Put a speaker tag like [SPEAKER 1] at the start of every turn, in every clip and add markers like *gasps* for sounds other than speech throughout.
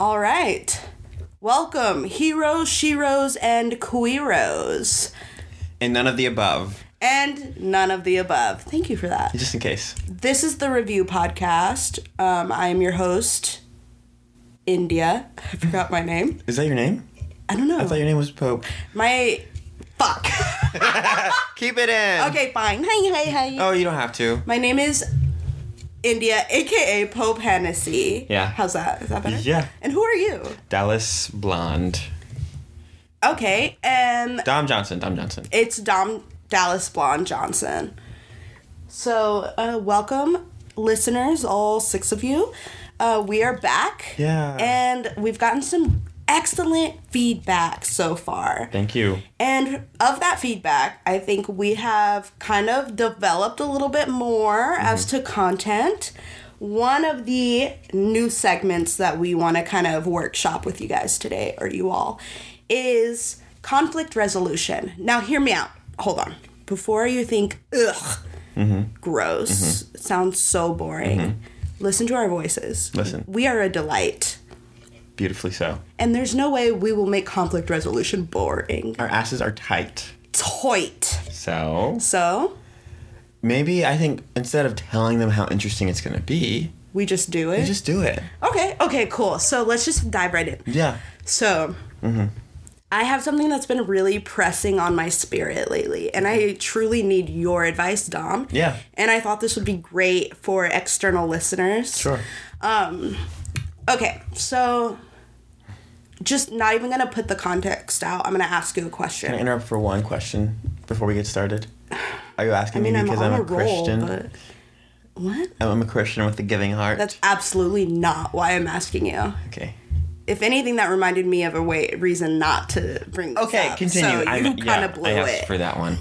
[SPEAKER 1] All right. Welcome, heroes, sheroes, and queeros.
[SPEAKER 2] And none of the above,
[SPEAKER 1] And none of the above. Thank you for that.
[SPEAKER 2] just in case.
[SPEAKER 1] This is the review podcast. Um, I am your host, India. I forgot my name.
[SPEAKER 2] Is that your name?
[SPEAKER 1] I don't know.
[SPEAKER 2] I thought your name was Pope.
[SPEAKER 1] my.
[SPEAKER 2] *laughs*
[SPEAKER 1] Fuck.
[SPEAKER 2] Keep it in.
[SPEAKER 1] okay, fine. Hi, hi, hi.
[SPEAKER 2] Oh, you don't have to.
[SPEAKER 1] My name is India, aka Pope Hennessy.
[SPEAKER 2] Yeah.
[SPEAKER 1] How's that? Is that better?
[SPEAKER 2] Yeah.
[SPEAKER 1] And who are you?
[SPEAKER 2] Dallas Blonde.
[SPEAKER 1] Okay, and
[SPEAKER 2] Dom Johnson. Dom Johnson.
[SPEAKER 1] it's Dom Dallas Blonde Johnson. So, uh, welcome, listeners, all six of you. Uh, we are back.
[SPEAKER 2] Yeah.
[SPEAKER 1] And we've gotten some excellent feedback so far.
[SPEAKER 2] Thank you.
[SPEAKER 1] And of that feedback, I think we have kind of developed a little bit more as to content. One of the new segments that we want to kind of workshop with you guys today, or you all, is conflict resolution. Now, hear me out. Hold on. Before you think, ugh, gross, it sounds so boring, listen to our voices.
[SPEAKER 2] Listen.
[SPEAKER 1] We are a delight.
[SPEAKER 2] Beautifully so.
[SPEAKER 1] And there's no way we will make conflict resolution boring.
[SPEAKER 2] Our asses are tight.
[SPEAKER 1] Toit.
[SPEAKER 2] So
[SPEAKER 1] So
[SPEAKER 2] maybe I think instead of telling them how interesting it's gonna be,
[SPEAKER 1] we just do it.
[SPEAKER 2] we just do it.
[SPEAKER 1] okay, okay, cool. So let's just dive right in.
[SPEAKER 2] Yeah.
[SPEAKER 1] So
[SPEAKER 2] Mm-hmm.
[SPEAKER 1] I have something that's been really pressing on my spirit lately, and I truly need your advice, Dom.
[SPEAKER 2] Yeah.
[SPEAKER 1] And I thought this would be great for external listeners. Um,
[SPEAKER 2] Sure.
[SPEAKER 1] Okay, so just not even gonna put the context out. I'm gonna ask you a question.
[SPEAKER 2] Can I interrupt for one question before we get started? Are you asking
[SPEAKER 1] I mean,
[SPEAKER 2] me
[SPEAKER 1] I'm
[SPEAKER 2] because
[SPEAKER 1] on
[SPEAKER 2] I'm,
[SPEAKER 1] a,
[SPEAKER 2] a Christian?
[SPEAKER 1] roll, but what?
[SPEAKER 2] I'm a Christian with a giving heart.
[SPEAKER 1] That's absolutely not why I'm asking you.
[SPEAKER 2] okay.
[SPEAKER 1] if anything, that reminded me of a way reason not to bring this
[SPEAKER 2] Okay,
[SPEAKER 1] up.
[SPEAKER 2] continue.
[SPEAKER 1] So you
[SPEAKER 2] I'm-
[SPEAKER 1] kind
[SPEAKER 2] yeah,
[SPEAKER 1] of blew
[SPEAKER 2] I asked
[SPEAKER 1] it.
[SPEAKER 2] for that one.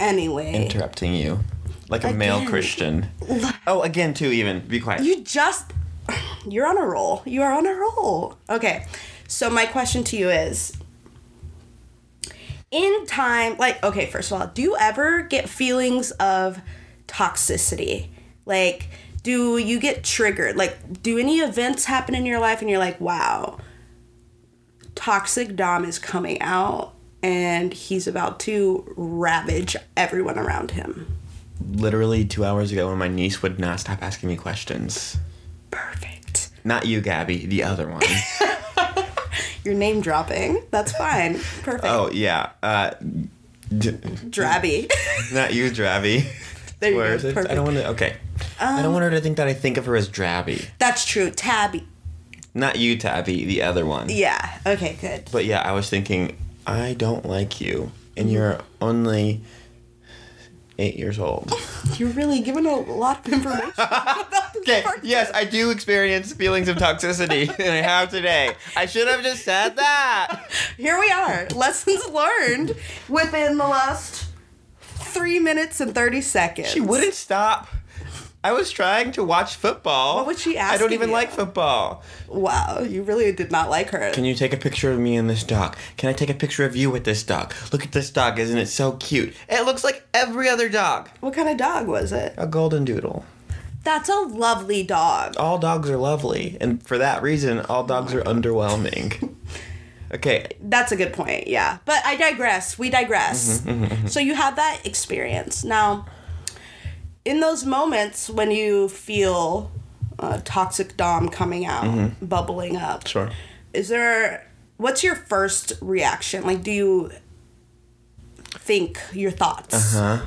[SPEAKER 1] anyway,
[SPEAKER 2] Interrupting you, like a male
[SPEAKER 1] Again.
[SPEAKER 2] Christian. Oh, again too. Even be quiet.
[SPEAKER 1] you just you're on a roll. You are on a roll. Okay. So my question to you is in time, like okay, first of all, do you ever get feelings of toxicity? Like do you get triggered? Like do any events happen in your life and you're like, "Wow, toxic Dom is coming out and he's about to ravage everyone around him."
[SPEAKER 2] Literally two hours ago, when my niece would not stop asking me questions.
[SPEAKER 1] Perfect.
[SPEAKER 2] Not you, Gabby. The
[SPEAKER 1] *laughs*
[SPEAKER 2] other one.
[SPEAKER 1] You're name dropping. That's fine. Perfect.
[SPEAKER 2] oh yeah. Uh, d-
[SPEAKER 1] Drabby. *laughs*
[SPEAKER 2] not you, Drabby.
[SPEAKER 1] there you
[SPEAKER 2] Where
[SPEAKER 1] go.
[SPEAKER 2] is it?
[SPEAKER 1] Perfect. Um,
[SPEAKER 2] I don't want to. Okay. I don't want her to think that I think of her as Drabby.
[SPEAKER 1] That's true. Tabby.
[SPEAKER 2] Not you, Tabby. The other one.
[SPEAKER 1] Yeah. Okay, good.
[SPEAKER 2] But yeah, I was thinking, I don't like you,
[SPEAKER 1] Mm-hmm.
[SPEAKER 2] and you're only eight years old.
[SPEAKER 1] You're really giving a lot of *laughs* information. about this
[SPEAKER 2] Okay,
[SPEAKER 1] part.
[SPEAKER 2] yes, I do experience feelings of toxicity,
[SPEAKER 1] *laughs*
[SPEAKER 2] and I have today. I should have just said that.
[SPEAKER 1] Here we are. Lessons learned within the last three minutes and 30 seconds.
[SPEAKER 2] She wouldn't stop. I was trying to watch football.
[SPEAKER 1] What was she
[SPEAKER 2] I don't
[SPEAKER 1] asking
[SPEAKER 2] even
[SPEAKER 1] you?
[SPEAKER 2] like football.
[SPEAKER 1] Wow, you really did not like her.
[SPEAKER 2] Can you take a picture of me and this dog? Can I take a picture of you with this dog? Look at this dog, isn't it so cute? It looks like every other dog.
[SPEAKER 1] what kind of dog was it?
[SPEAKER 2] A golden doodle.
[SPEAKER 1] That's a lovely dog.
[SPEAKER 2] all dogs are lovely, and for that reason, all dogs are
[SPEAKER 1] *laughs*
[SPEAKER 2] underwhelming. Okay,
[SPEAKER 1] That's a good point, yeah. But I digress. We digress.
[SPEAKER 2] Mm-hmm,
[SPEAKER 1] So you have that experience. Now, in those moments when you feel uh, toxic Dom coming out, bubbling up,
[SPEAKER 2] Mm-hmm. sure.
[SPEAKER 1] is there, what's your first reaction? Like, do you think your thoughts?
[SPEAKER 2] Uh-huh.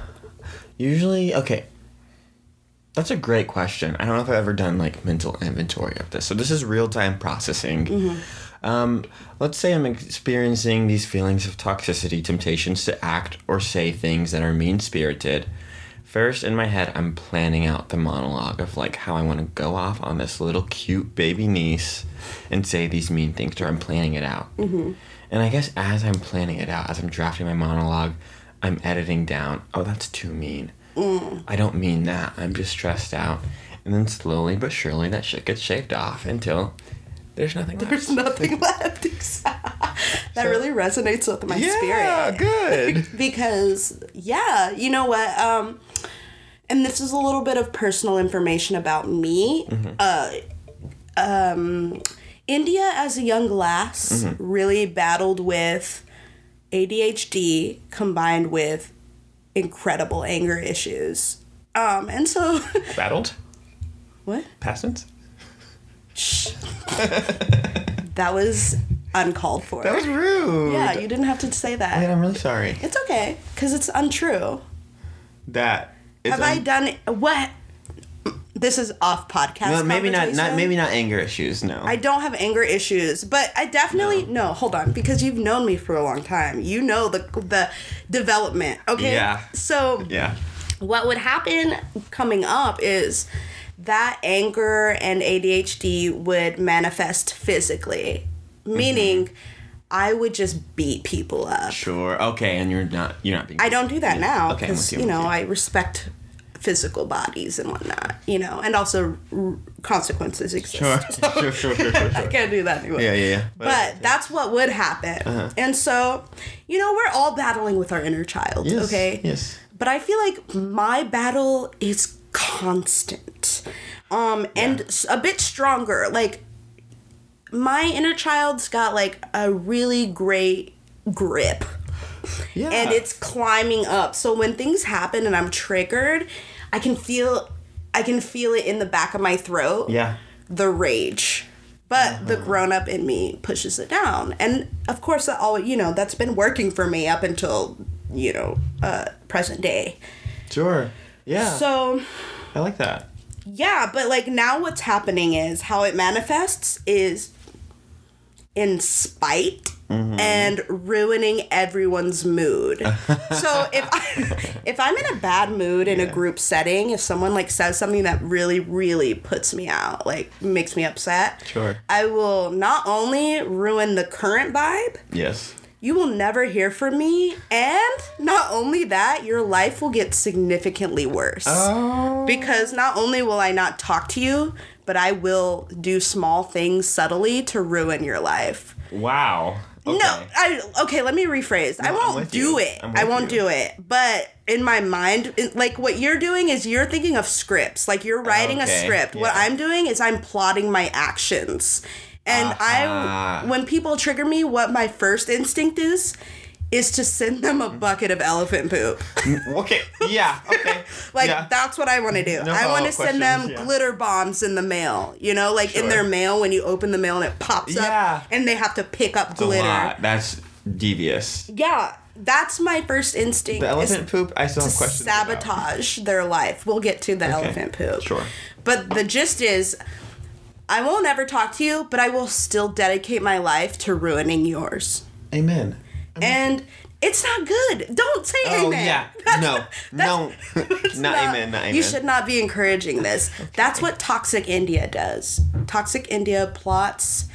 [SPEAKER 2] Usually, okay. That's a great question. I don't know if I've ever done like mental inventory of this. So this is real time processing. Um, let's say I'm experiencing these feelings of toxicity, temptations to act or say things that are mean spirited. First, in my head, I'm planning out the monologue of like how I want to go off on this little cute baby niece and say these mean things to her. I'm planning it out. And I guess as I'm planning it out, as I'm drafting my monologue, I'm editing down. Oh, that's too mean. I don't mean that. I'm just stressed out. And then slowly but surely, that shit gets shaved off until there's nothing left.
[SPEAKER 1] There's nothing *laughs* left. that really resonates with my
[SPEAKER 2] Yeah,
[SPEAKER 1] spirit.
[SPEAKER 2] good.
[SPEAKER 1] because yeah you know what um and this is a
[SPEAKER 2] Mm-hmm.
[SPEAKER 1] little bit of personal information about me uh um India as a young lass
[SPEAKER 2] Mm-hmm.
[SPEAKER 1] really battled with ADHD combined with incredible anger issues. Um, and so
[SPEAKER 2] *laughs*
[SPEAKER 1] *laughs*
[SPEAKER 2] Battled?
[SPEAKER 1] what?
[SPEAKER 2] Past tense? *laughs*
[SPEAKER 1] Shh. that was uncalled for.
[SPEAKER 2] That was rude.
[SPEAKER 1] yeah, you didn't have to say that.
[SPEAKER 2] Man, I'm really sorry.
[SPEAKER 1] It's okay, cause it's untrue.
[SPEAKER 2] That is
[SPEAKER 1] Have I
[SPEAKER 2] un-
[SPEAKER 1] done what? This is off podcast.
[SPEAKER 2] No, maybe not, not
[SPEAKER 1] conversation.
[SPEAKER 2] maybe not anger issues, no.
[SPEAKER 1] I don't have anger issues, but I definitely no. Hold on, because you've known me for a long time. You know the the development. Okay.
[SPEAKER 2] Yeah.
[SPEAKER 1] So
[SPEAKER 2] yeah.
[SPEAKER 1] what would happen coming up is that anger and ADHD would manifest physically, meaning
[SPEAKER 2] Mm-hmm.
[SPEAKER 1] I would just beat people up.
[SPEAKER 2] Sure. Okay, and you're not you're not being
[SPEAKER 1] I don't do that now
[SPEAKER 2] Okay, I'm
[SPEAKER 1] because
[SPEAKER 2] with you,
[SPEAKER 1] you
[SPEAKER 2] I'm with
[SPEAKER 1] know
[SPEAKER 2] you.
[SPEAKER 1] I respect physical bodies and whatnot. You know, and also r- consequences exist. *laughs*
[SPEAKER 2] Sure. sure, sure, sure, sure,
[SPEAKER 1] I
[SPEAKER 2] sure.
[SPEAKER 1] can't do that anymore.
[SPEAKER 2] Yeah, yeah, yeah. Uh-huh.
[SPEAKER 1] But that's what would happen. And so, you know, we're all battling with our inner child,
[SPEAKER 2] Yes,
[SPEAKER 1] okay?
[SPEAKER 2] Yes.
[SPEAKER 1] But I feel like my battle is constant. Um and s- a bit stronger. Like my inner child's got like a really great grip
[SPEAKER 2] Yeah.
[SPEAKER 1] and it's climbing up. So when things happen and I'm triggered, I can feel I can feel it in the back of my throat
[SPEAKER 2] Yeah.
[SPEAKER 1] the rage. But the grown up in me pushes it down. And of course, that all you know, that's been working for me up until, you know, uh, present day.
[SPEAKER 2] Sure. Yeah.
[SPEAKER 1] So,
[SPEAKER 2] I like that.
[SPEAKER 1] yeah, but like now what's happening is how it manifests is in spite
[SPEAKER 2] Mm-hmm.
[SPEAKER 1] and ruining everyone's
[SPEAKER 2] *laughs*
[SPEAKER 1] mood. so if I, if I'm in a bad mood in a group setting, if someone like says something that really really puts me out, like makes me upset,
[SPEAKER 2] Sure.
[SPEAKER 1] I will not only ruin the current vibe,
[SPEAKER 2] Yes.
[SPEAKER 1] you will never hear from me, and not only that, your life will get significantly worse.
[SPEAKER 2] Oh.
[SPEAKER 1] Because not only will I not talk to you, but I will do small things subtly to ruin your life.
[SPEAKER 2] Wow. Okay.
[SPEAKER 1] No, I okay. Let me rephrase. I
[SPEAKER 2] No, I'm
[SPEAKER 1] won't
[SPEAKER 2] with
[SPEAKER 1] do
[SPEAKER 2] you.
[SPEAKER 1] it.
[SPEAKER 2] I'm
[SPEAKER 1] I
[SPEAKER 2] with
[SPEAKER 1] won't
[SPEAKER 2] you.
[SPEAKER 1] do it. But in my mind, it- like what you're doing is you're thinking of scripts. Like you're writing a
[SPEAKER 2] Okay,
[SPEAKER 1] script. What
[SPEAKER 2] yeah.
[SPEAKER 1] I'm doing is I'm plotting my actions. And I,
[SPEAKER 2] Aha.
[SPEAKER 1] when people trigger me, what my first instinct is, is to send them a bucket of elephant poop.
[SPEAKER 2] Mm, Okay. Yeah. Okay.
[SPEAKER 1] *laughs* Like
[SPEAKER 2] yeah.
[SPEAKER 1] that's what I want to do.
[SPEAKER 2] *laughs* No
[SPEAKER 1] I want to
[SPEAKER 2] follow-up
[SPEAKER 1] send them
[SPEAKER 2] questions, yeah.
[SPEAKER 1] glitter bombs in the mail. You know, like in
[SPEAKER 2] Sure.
[SPEAKER 1] their mail when you open the mail and it pops
[SPEAKER 2] Yeah.
[SPEAKER 1] up, and they have to pick up
[SPEAKER 2] That's a
[SPEAKER 1] glitter.
[SPEAKER 2] lot. That's devious.
[SPEAKER 1] Yeah, that's my first instinct.
[SPEAKER 2] The
[SPEAKER 1] is
[SPEAKER 2] elephant poop. I still have
[SPEAKER 1] to
[SPEAKER 2] questions. about.
[SPEAKER 1] sabotage their life. We'll get to the elephant poop.
[SPEAKER 2] Sure.
[SPEAKER 1] But the gist is, I won't ever talk to you, but I will still dedicate my life to ruining yours.
[SPEAKER 2] Amen.
[SPEAKER 1] And it's not good. Don't say
[SPEAKER 2] Mm-hmm. Oh
[SPEAKER 1] amen. *laughs*
[SPEAKER 2] *laughs* yeah. No. No. not, amen. Not amen.
[SPEAKER 1] You should not be encouraging
[SPEAKER 2] *laughs*
[SPEAKER 1] this. That's what Toxic India does. Toxic India plots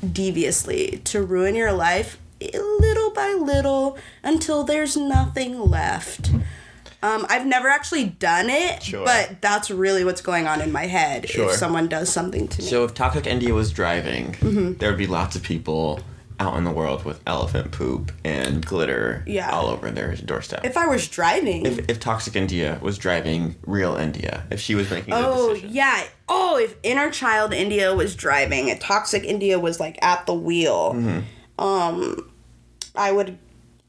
[SPEAKER 1] deviously to ruin your life little by little until there's nothing left. Um, I've never actually done it,
[SPEAKER 2] Sure.
[SPEAKER 1] but that's really what's going on in my head
[SPEAKER 2] Sure.
[SPEAKER 1] if someone does something to me.
[SPEAKER 2] So if Toxic India was driving,
[SPEAKER 1] Mm-hmm.
[SPEAKER 2] there would be lots of people out in the world with elephant poop and glitter
[SPEAKER 1] Yeah.
[SPEAKER 2] all over their doorstep.
[SPEAKER 1] if I was driving,
[SPEAKER 2] If, if Toxic India was driving real India, if she was making the
[SPEAKER 1] Oh
[SPEAKER 2] decision.
[SPEAKER 1] yeah. Oh, if inner child India was driving, and toxic India was like at the wheel, um,
[SPEAKER 2] Mm-hmm.
[SPEAKER 1] I would,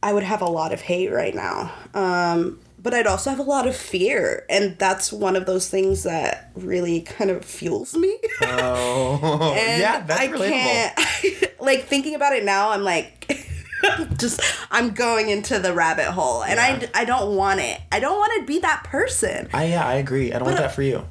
[SPEAKER 1] I would have a lot of hate right now. Um, but I'd also have a lot of fear, and that's one of those things that really kind of fuels me.
[SPEAKER 2] Oh,
[SPEAKER 1] And
[SPEAKER 2] yeah,
[SPEAKER 1] *laughs*
[SPEAKER 2] that's
[SPEAKER 1] I
[SPEAKER 2] relatable.
[SPEAKER 1] Can't, *laughs* like thinking about it now, I'm like. *laughs* just i'm going into the rabbit hole and
[SPEAKER 2] Yeah.
[SPEAKER 1] I, I don't want it i don't want to be that person
[SPEAKER 2] I, yeah, I agree. I don't want
[SPEAKER 1] But- uh,
[SPEAKER 2] that for you.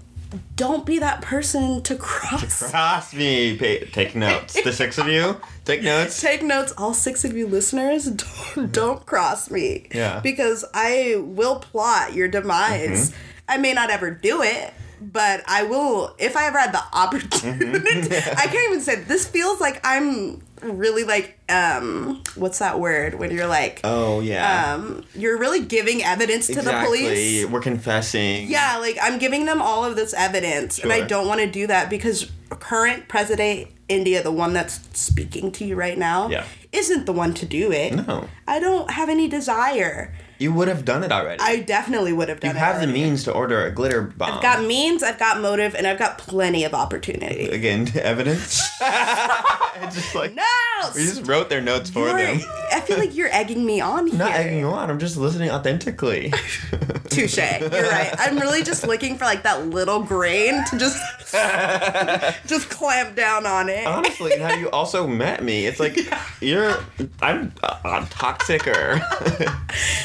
[SPEAKER 1] don't be that person to cross
[SPEAKER 2] Trust me. Pa- take notes. The six of you,
[SPEAKER 1] *laughs*
[SPEAKER 2] take notes.
[SPEAKER 1] Take notes, all six of you listeners. *laughs* Don't, don't cross me.
[SPEAKER 2] Yeah. Mm-hmm.
[SPEAKER 1] Because I will plot your demise. I may not ever do it, but I will. If I ever had the *laughs* opportunity,
[SPEAKER 2] Mm-hmm.
[SPEAKER 1] I can't even say this feels like I'm really like um what's that word when you're like
[SPEAKER 2] Oh, yeah.
[SPEAKER 1] um you're really giving evidence to the police
[SPEAKER 2] We're confessing.
[SPEAKER 1] yeah, like I'm giving them all of this evidence, and I
[SPEAKER 2] Sure.
[SPEAKER 1] don't want to do that because current president India, the one that's speaking to you right now,
[SPEAKER 2] Yeah.
[SPEAKER 1] isn't the one to do it.
[SPEAKER 2] No.
[SPEAKER 1] I don't have any desire.
[SPEAKER 2] You would have done it already.
[SPEAKER 1] I definitely would have
[SPEAKER 2] you
[SPEAKER 1] done it.
[SPEAKER 2] have the
[SPEAKER 1] already.
[SPEAKER 2] means to order a glitter bomb.
[SPEAKER 1] I've got means, I've got motive, and I've got plenty of
[SPEAKER 2] *laughs*
[SPEAKER 1] opportunity.
[SPEAKER 2] Again,
[SPEAKER 1] *laughs*
[SPEAKER 2] evidence. it's just *laughs* like
[SPEAKER 1] No!
[SPEAKER 2] we just wrote their notes for
[SPEAKER 1] You're- *laughs*
[SPEAKER 2] them.
[SPEAKER 1] I feel like you're egging me on here.
[SPEAKER 2] Not egging you on. I'm just listening
[SPEAKER 1] *laughs*
[SPEAKER 2] authentically.
[SPEAKER 1] Touche. You're right. I'm really just looking for like that little grain to
[SPEAKER 2] *laughs*
[SPEAKER 1] just *laughs* just clamp down on it.
[SPEAKER 2] Honestly, and how you also met me. It's like you're. I'm. Uh, I'm
[SPEAKER 1] *laughs*
[SPEAKER 2] toxic or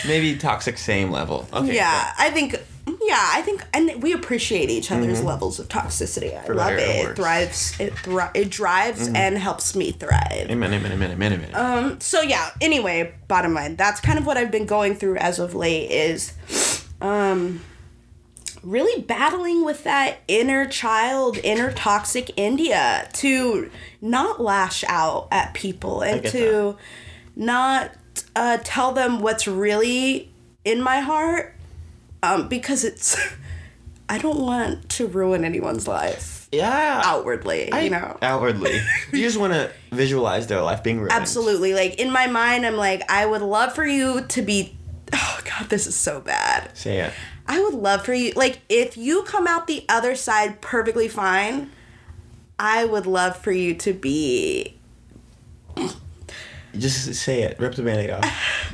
[SPEAKER 2] maybe toxic same level. Okay.
[SPEAKER 1] yeah, I think. Yeah, I think, and we appreciate each other's levels of toxicity. I love
[SPEAKER 2] Mm-hmm.
[SPEAKER 1] it. It
[SPEAKER 2] better or worse. Mm-hmm.
[SPEAKER 1] thrives. It thri- It drives and helps me thrive.
[SPEAKER 2] Cool. Amen. Amen. Amen. Amen. Amen.
[SPEAKER 1] so yeah anyway bottom line that's kind of what i've been going through as of late is um really battling with that inner child inner toxic india to not lash out at people and
[SPEAKER 2] get
[SPEAKER 1] to not uh, tell them what's really in my heart um, because it's *laughs* i don't want to ruin anyone's life
[SPEAKER 2] yeah.
[SPEAKER 1] outwardly
[SPEAKER 2] I-
[SPEAKER 1] you know
[SPEAKER 2] Outwardly, you just want
[SPEAKER 1] *laughs*
[SPEAKER 2] to visualize their life being ruined.
[SPEAKER 1] Absolutely. Like in my mind, I'm like, I would love for you to be. Oh God, this is so bad.
[SPEAKER 2] Say it.
[SPEAKER 1] I would love for you. Like if you come out the other side perfectly fine, I would love for you to be.
[SPEAKER 2] Just say it. Rip the band-aid off.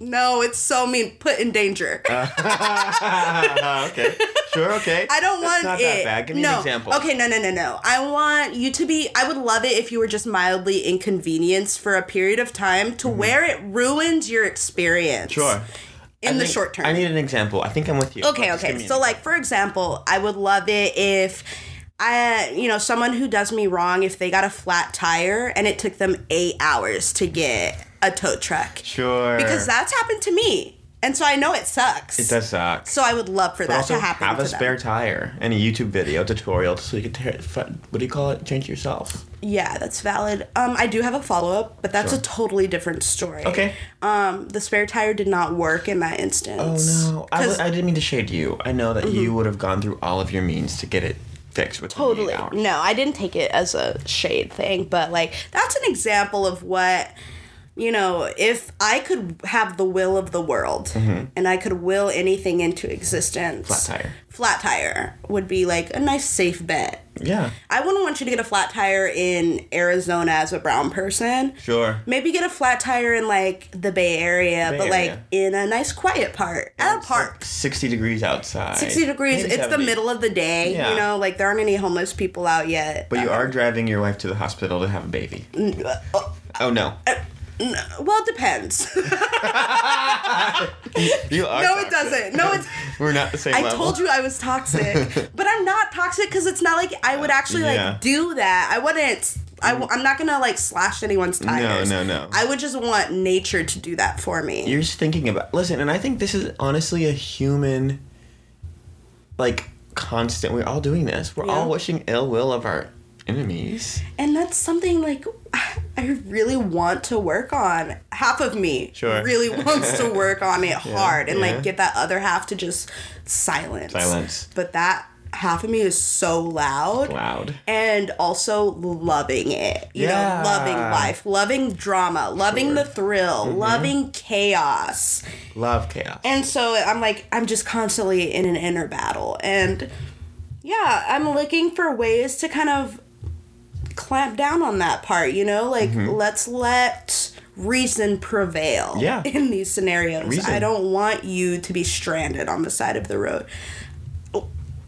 [SPEAKER 1] No, it's so mean. Put in danger.
[SPEAKER 2] Uh, Ah, okay. Sure. Okay.
[SPEAKER 1] *laughs* I don't
[SPEAKER 2] That's
[SPEAKER 1] want
[SPEAKER 2] not
[SPEAKER 1] it.
[SPEAKER 2] that bad. Give me
[SPEAKER 1] no.
[SPEAKER 2] an example.
[SPEAKER 1] Okay, no, no, no, no. I want you to be. I would love it if you were just mildly inconvenienced for a period of time to where it ruins your experience.
[SPEAKER 2] Mm-hmm. Sure.
[SPEAKER 1] In
[SPEAKER 2] I
[SPEAKER 1] the
[SPEAKER 2] think-
[SPEAKER 1] short term.
[SPEAKER 2] I need an example. I think I'm with you.
[SPEAKER 1] Okay,
[SPEAKER 2] Oh, Just give me
[SPEAKER 1] okay.
[SPEAKER 2] an
[SPEAKER 1] So, like for example, I would love it if I, you know, someone who does me wrong, if they got a flat tire and it took them eight hours to get a tow truck,
[SPEAKER 2] Sure.
[SPEAKER 1] because that's happened to me, and so I know it sucks.
[SPEAKER 2] it does suck.
[SPEAKER 1] So I would love for
[SPEAKER 2] But
[SPEAKER 1] that
[SPEAKER 2] also
[SPEAKER 1] to happen.
[SPEAKER 2] have
[SPEAKER 1] to
[SPEAKER 2] a
[SPEAKER 1] them.
[SPEAKER 2] spare tire and a YouTube video tutorial so you can tear it. fu- What do you call it? Change yourself.
[SPEAKER 1] Yeah, that's valid. Um, I do have a follow up, but that's a totally different story.
[SPEAKER 2] Okay.
[SPEAKER 1] Um, the spare tire did not work in that
[SPEAKER 2] Oh
[SPEAKER 1] instance.
[SPEAKER 2] no! I, w-
[SPEAKER 1] 'Cause-
[SPEAKER 2] I didn't mean to shade you. I know that you would have gone through all of your means to get it fixed within
[SPEAKER 1] Mm-hmm. Totally.
[SPEAKER 2] eight hours.
[SPEAKER 1] No, I didn't take it as a shade thing, but like that's an example of what you know, if I could have the will of the world and I could will anything into existence.
[SPEAKER 2] Mm-hmm. Flat tire.
[SPEAKER 1] Flat tire would be like a nice safe bet.
[SPEAKER 2] Yeah.
[SPEAKER 1] I wouldn't want you to get a flat tire in Arizona as a brown person.
[SPEAKER 2] Sure.
[SPEAKER 1] Maybe get a flat tire in like the Bay Area,
[SPEAKER 2] Bay
[SPEAKER 1] but like
[SPEAKER 2] Area.
[SPEAKER 1] in a nice quiet part. At a
[SPEAKER 2] It's
[SPEAKER 1] park.
[SPEAKER 2] like 60 degrees outside.
[SPEAKER 1] 60 degrees,
[SPEAKER 2] Maybe
[SPEAKER 1] it's the
[SPEAKER 2] 70.
[SPEAKER 1] middle of the day.
[SPEAKER 2] Yeah.
[SPEAKER 1] You know, like there aren't any homeless people out yet.
[SPEAKER 2] But you are driving your wife to the hospital to have a baby. Oh no.
[SPEAKER 1] Well, it depends. *laughs* no,
[SPEAKER 2] *laughs* You are.
[SPEAKER 1] it
[SPEAKER 2] toxic.
[SPEAKER 1] doesn't. No, it's.
[SPEAKER 2] *laughs* We're not the same
[SPEAKER 1] I
[SPEAKER 2] level.
[SPEAKER 1] told you I was toxic,
[SPEAKER 2] *laughs*
[SPEAKER 1] but I'm not toxic because it's not like I would actually
[SPEAKER 2] Yeah.
[SPEAKER 1] like do that. I wouldn't. I, am not gonna like slash anyone's tires.
[SPEAKER 2] no, no.
[SPEAKER 1] I would just want nature to do that for me.
[SPEAKER 2] You're just thinking about. Listen, and I think this is honestly a human, like, constant. We're all doing this. We're
[SPEAKER 1] Yeah.
[SPEAKER 2] all wishing ill will of our enemies.
[SPEAKER 1] and that's something like *sighs* I really want to work on. Half of me
[SPEAKER 2] Sure. *laughs*
[SPEAKER 1] really wants to work on it hard and
[SPEAKER 2] yeah.
[SPEAKER 1] like get that other half to just silence.
[SPEAKER 2] Silence.
[SPEAKER 1] But that half of me is so loud.
[SPEAKER 2] Loud.
[SPEAKER 1] and also loving it. You
[SPEAKER 2] Yeah.
[SPEAKER 1] know, loving life, loving drama, loving
[SPEAKER 2] Sure. Mm-hmm.
[SPEAKER 1] the thrill, loving chaos.
[SPEAKER 2] Love chaos.
[SPEAKER 1] And so I'm like, I'm just constantly in an inner battle. And yeah, I'm looking for ways to kind of clamp down on that part, you know? Like,
[SPEAKER 2] Mm-hmm.
[SPEAKER 1] let's let reason prevail
[SPEAKER 2] Yeah.
[SPEAKER 1] *laughs* in these scenarios.
[SPEAKER 2] Reason.
[SPEAKER 1] I don't want you to be stranded on the side of the road.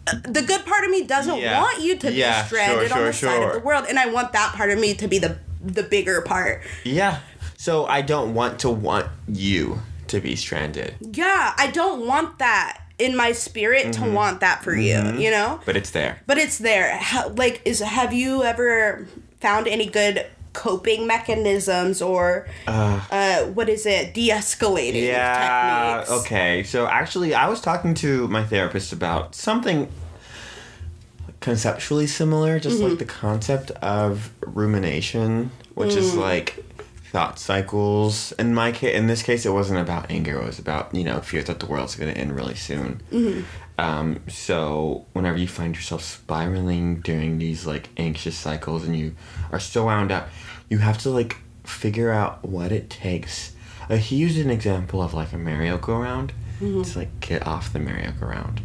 [SPEAKER 1] The good part of me doesn't
[SPEAKER 2] Yeah.
[SPEAKER 1] want you to
[SPEAKER 2] Yeah,
[SPEAKER 1] be
[SPEAKER 2] sure,
[SPEAKER 1] stranded on
[SPEAKER 2] sure,
[SPEAKER 1] the side of
[SPEAKER 2] sure.
[SPEAKER 1] the world, and I want that part of me to be the the bigger part.
[SPEAKER 2] yeah. So I don't want to want you to be stranded,
[SPEAKER 1] Yeah, I don't want that in my spirit to
[SPEAKER 2] Mm-hmm.
[SPEAKER 1] want that for you, you know?
[SPEAKER 2] but it's there.
[SPEAKER 1] But it's there. How, like is have you ever found any good coping mechanisms or uh, what is it? De-escalating
[SPEAKER 2] yeah
[SPEAKER 1] techniques.
[SPEAKER 2] okay so actually i was talking to my therapist about something conceptually similar just like the concept of rumination which is like thought cycles in my case in this case it wasn't about anger it was about you know fear that the world's going to end really soon um, so whenever you find yourself spiraling during these like anxious cycles and you are so wound up, you have to like figure out what it takes Uh, he used an example of like a merry-go-round to like get off the merry-go-round,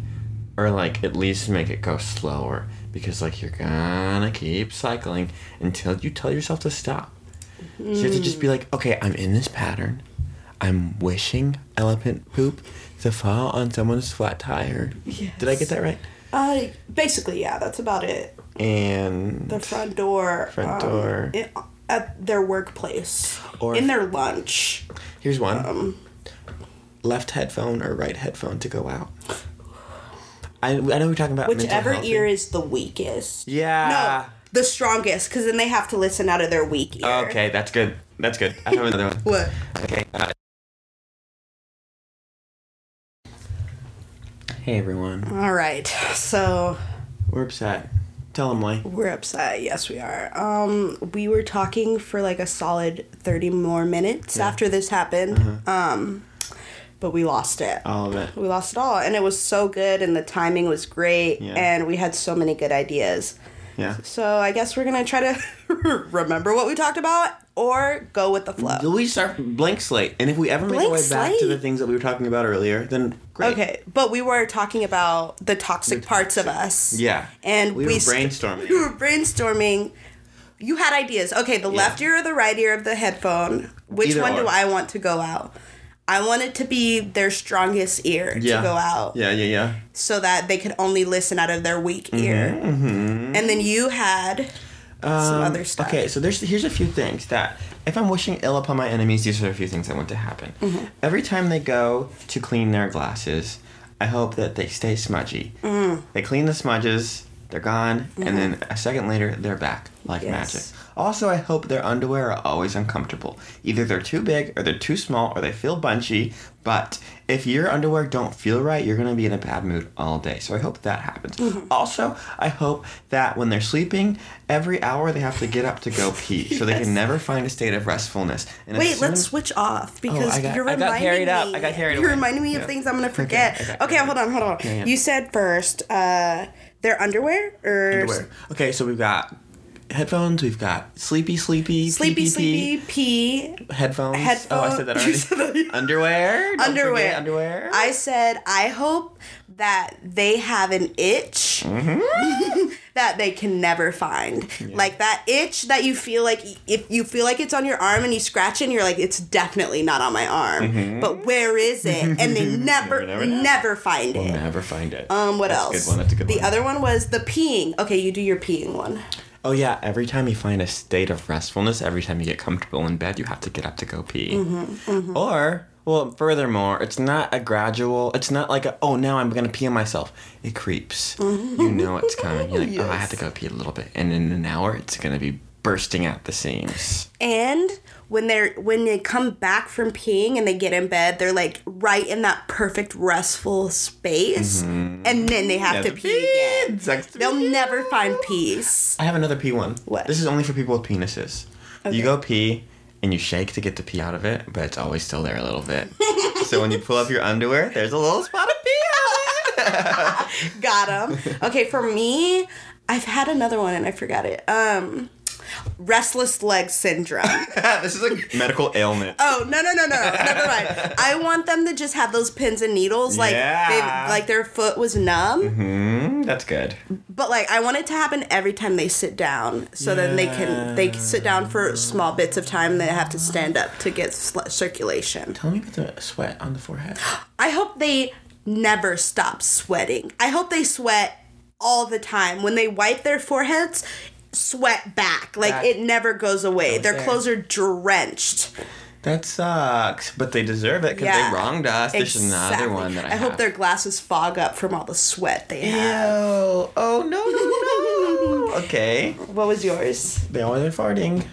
[SPEAKER 2] or like at least make it go slower because like you're gonna keep cycling until you tell yourself to stop. So you have to just be like, okay, I'm in this pattern. I'm wishing elephant poop to fall on someone's flat tire. Did I get
[SPEAKER 1] Yes.
[SPEAKER 2] that right?
[SPEAKER 1] Uh, basically, yeah, that's about it.
[SPEAKER 2] And
[SPEAKER 1] The front door.
[SPEAKER 2] Front
[SPEAKER 1] um,
[SPEAKER 2] door.
[SPEAKER 1] in- at their workplace.
[SPEAKER 2] Or- uh,
[SPEAKER 1] in their lunch.
[SPEAKER 2] Here's one.
[SPEAKER 1] um,
[SPEAKER 2] left headphone or right headphone to go out. I, I know we're talking about mental
[SPEAKER 1] Whichever
[SPEAKER 2] health
[SPEAKER 1] ear
[SPEAKER 2] and-
[SPEAKER 1] is the weakest.
[SPEAKER 2] Yeah.
[SPEAKER 1] No, the strongest, because then they have to listen out of their weak ear.
[SPEAKER 2] Okay, that's good. That's good. I have another one.
[SPEAKER 1] What?
[SPEAKER 2] Okay. uh, hey everyone,
[SPEAKER 1] All right. So
[SPEAKER 2] we're upset. Tell them why.
[SPEAKER 1] we're upset. Yes, we are. Um, we were talking for like a solid thirty more minutes after this happened. Um, but we lost it.
[SPEAKER 2] All of it.
[SPEAKER 1] We lost it all, and it was so good, and the timing was great,
[SPEAKER 2] Yeah.
[SPEAKER 1] and we had so many good ideas.
[SPEAKER 2] Yeah.
[SPEAKER 1] So I guess we're gonna try to *laughs* remember what we talked about or go with the flow.
[SPEAKER 2] We start blank slate, and if we ever make our
[SPEAKER 1] Blank
[SPEAKER 2] way back to the
[SPEAKER 1] slate?
[SPEAKER 2] things that we were talking about earlier, then great.
[SPEAKER 1] Okay, but we were talking about the toxic parts of us.
[SPEAKER 2] Yeah.
[SPEAKER 1] And
[SPEAKER 2] we,
[SPEAKER 1] we
[SPEAKER 2] were
[SPEAKER 1] st- *laughs*
[SPEAKER 2] brainstorming.
[SPEAKER 1] We were brainstorming. You had ideas. Okay, the left ear or the right ear of the headphone. Which
[SPEAKER 2] Either
[SPEAKER 1] one do
[SPEAKER 2] or.
[SPEAKER 1] I want to go out? I want it to be their strongest ear
[SPEAKER 2] yeah.
[SPEAKER 1] to go out
[SPEAKER 2] Yeah, Mm-hmm, yeah, yeah.
[SPEAKER 1] so that they could only listen out of their weak ear. And then you had some
[SPEAKER 2] mm-hmm. Um,
[SPEAKER 1] other stuff.
[SPEAKER 2] Okay, so there's here's a few things that if I'm wishing ill upon my enemies, these are a few things that want to happen.
[SPEAKER 1] Mm-hmm.
[SPEAKER 2] Every time they go to clean their glasses, I hope that they stay smudgy.
[SPEAKER 1] Mm.
[SPEAKER 2] They clean the smudges, they're gone, and then a second later they're back like
[SPEAKER 1] Mm-hmm. Yes.
[SPEAKER 2] magic. Also, I hope their underwear are always uncomfortable. Either they're too big or they're too small or they feel bunchy, but if your underwear don't feel right, you're going to be in a bad mood all day. So I hope that happens.
[SPEAKER 1] Mm-hmm.
[SPEAKER 2] Also, I hope that when they're sleeping, every hour they have to get up to go pee so they can never find a state of restfulness. And as
[SPEAKER 1] Wait,
[SPEAKER 2] soon
[SPEAKER 1] let's
[SPEAKER 2] as-
[SPEAKER 1] switch off because
[SPEAKER 2] Oh, I got-
[SPEAKER 1] you're
[SPEAKER 2] I got
[SPEAKER 1] reminding
[SPEAKER 2] carried
[SPEAKER 1] me.
[SPEAKER 2] up. I got carried
[SPEAKER 1] you're
[SPEAKER 2] away.
[SPEAKER 1] reminding me of
[SPEAKER 2] Yeah.
[SPEAKER 1] things I'm gonna forget.
[SPEAKER 2] okay,
[SPEAKER 1] Okay,
[SPEAKER 2] okay.
[SPEAKER 1] hold on, hold on.
[SPEAKER 2] yeah.
[SPEAKER 1] You said first, uh, their underwear or
[SPEAKER 2] Underwear. Okay, so we've got headphones, we've got sleepy, sleepy,
[SPEAKER 1] sleepy,
[SPEAKER 2] pee, pee, pee.
[SPEAKER 1] sleepy pee.
[SPEAKER 2] Headphones. Oh, I said
[SPEAKER 1] Headphone-
[SPEAKER 2] that already.
[SPEAKER 1] *laughs* You said that-
[SPEAKER 2] underwear. Don't forget
[SPEAKER 1] Underwear.
[SPEAKER 2] Underwear.
[SPEAKER 1] I said I hope that they have an itch
[SPEAKER 2] Mm-hmm.
[SPEAKER 1] *laughs* that they can never find. Like that itch that you feel like if you feel like it's on your arm and you scratch it and you're like it's definitely not on my arm. But where is it? And
[SPEAKER 2] *laughs*
[SPEAKER 1] they never
[SPEAKER 2] Mm-hmm. never
[SPEAKER 1] never,
[SPEAKER 2] know.
[SPEAKER 1] find it.
[SPEAKER 2] Never find it.
[SPEAKER 1] Um, what
[SPEAKER 2] That's a
[SPEAKER 1] else?
[SPEAKER 2] good one, that's a good
[SPEAKER 1] the
[SPEAKER 2] one.
[SPEAKER 1] other one was the peeing. Okay, you do your peeing one.
[SPEAKER 2] Oh yeah, every time you find a state of restfulness, every time you get comfortable in bed, you have to get up to go pee.
[SPEAKER 1] Mm-hmm,
[SPEAKER 2] Or well, furthermore, it's not a gradual. It's not like a, oh now I'm gonna pee on myself. It creeps.
[SPEAKER 1] Mm-hmm.
[SPEAKER 2] You know it's coming. You're like oh I have to go pee a little bit, and in an hour it's gonna be bursting at the seams.
[SPEAKER 1] And when they're when they come back from peeing and they get in bed, they're like right in that perfect restful space,
[SPEAKER 2] Mm-hmm.
[SPEAKER 1] and then they have to pee, again.
[SPEAKER 2] Sucks E to
[SPEAKER 1] They'll
[SPEAKER 2] be you.
[SPEAKER 1] never find peace.
[SPEAKER 2] I have another pee one.
[SPEAKER 1] What?
[SPEAKER 2] This is only for people with penises. You go pee and you shake to get the pee out of it, but it's always still there a little bit. so when you pull up your underwear, there's *laughs* a little spot *laughs* of pee on
[SPEAKER 1] *laughs*
[SPEAKER 2] it.
[SPEAKER 1] Got him. Okay, for me, I've had another one and I forgot it. Um, restless leg
[SPEAKER 2] *laughs*
[SPEAKER 1] syndrome.
[SPEAKER 2] this is a medical ailment.
[SPEAKER 1] Oh no no no no! Never mind. I want them to just have those pins and needles, like
[SPEAKER 2] Yeah.
[SPEAKER 1] they, like their foot was numb.
[SPEAKER 2] Mm, that's good.
[SPEAKER 1] But like I want it to happen every time they sit down, so then they can they sit down for small bits of time. They have to stand up to get sl- circulation.
[SPEAKER 2] Tell me about the sweat on the forehead.
[SPEAKER 1] I hope they never stop sweating. I hope they sweat all the time. When they wipe their foreheads, sweat back. Like
[SPEAKER 2] Back.
[SPEAKER 1] it never goes away. Their
[SPEAKER 2] there.
[SPEAKER 1] clothes are drenched.
[SPEAKER 2] *gasps* That sucks, but they deserve it because
[SPEAKER 1] Yeah.
[SPEAKER 2] they wronged us. There's another
[SPEAKER 1] Exactly.
[SPEAKER 2] one that I,
[SPEAKER 1] I hope
[SPEAKER 2] have.
[SPEAKER 1] their glasses fog up from all the sweat they
[SPEAKER 2] Ew.
[SPEAKER 1] have.
[SPEAKER 2] Oh no no
[SPEAKER 1] *laughs*
[SPEAKER 2] no. okay.
[SPEAKER 1] What was yours?
[SPEAKER 2] They always are farting.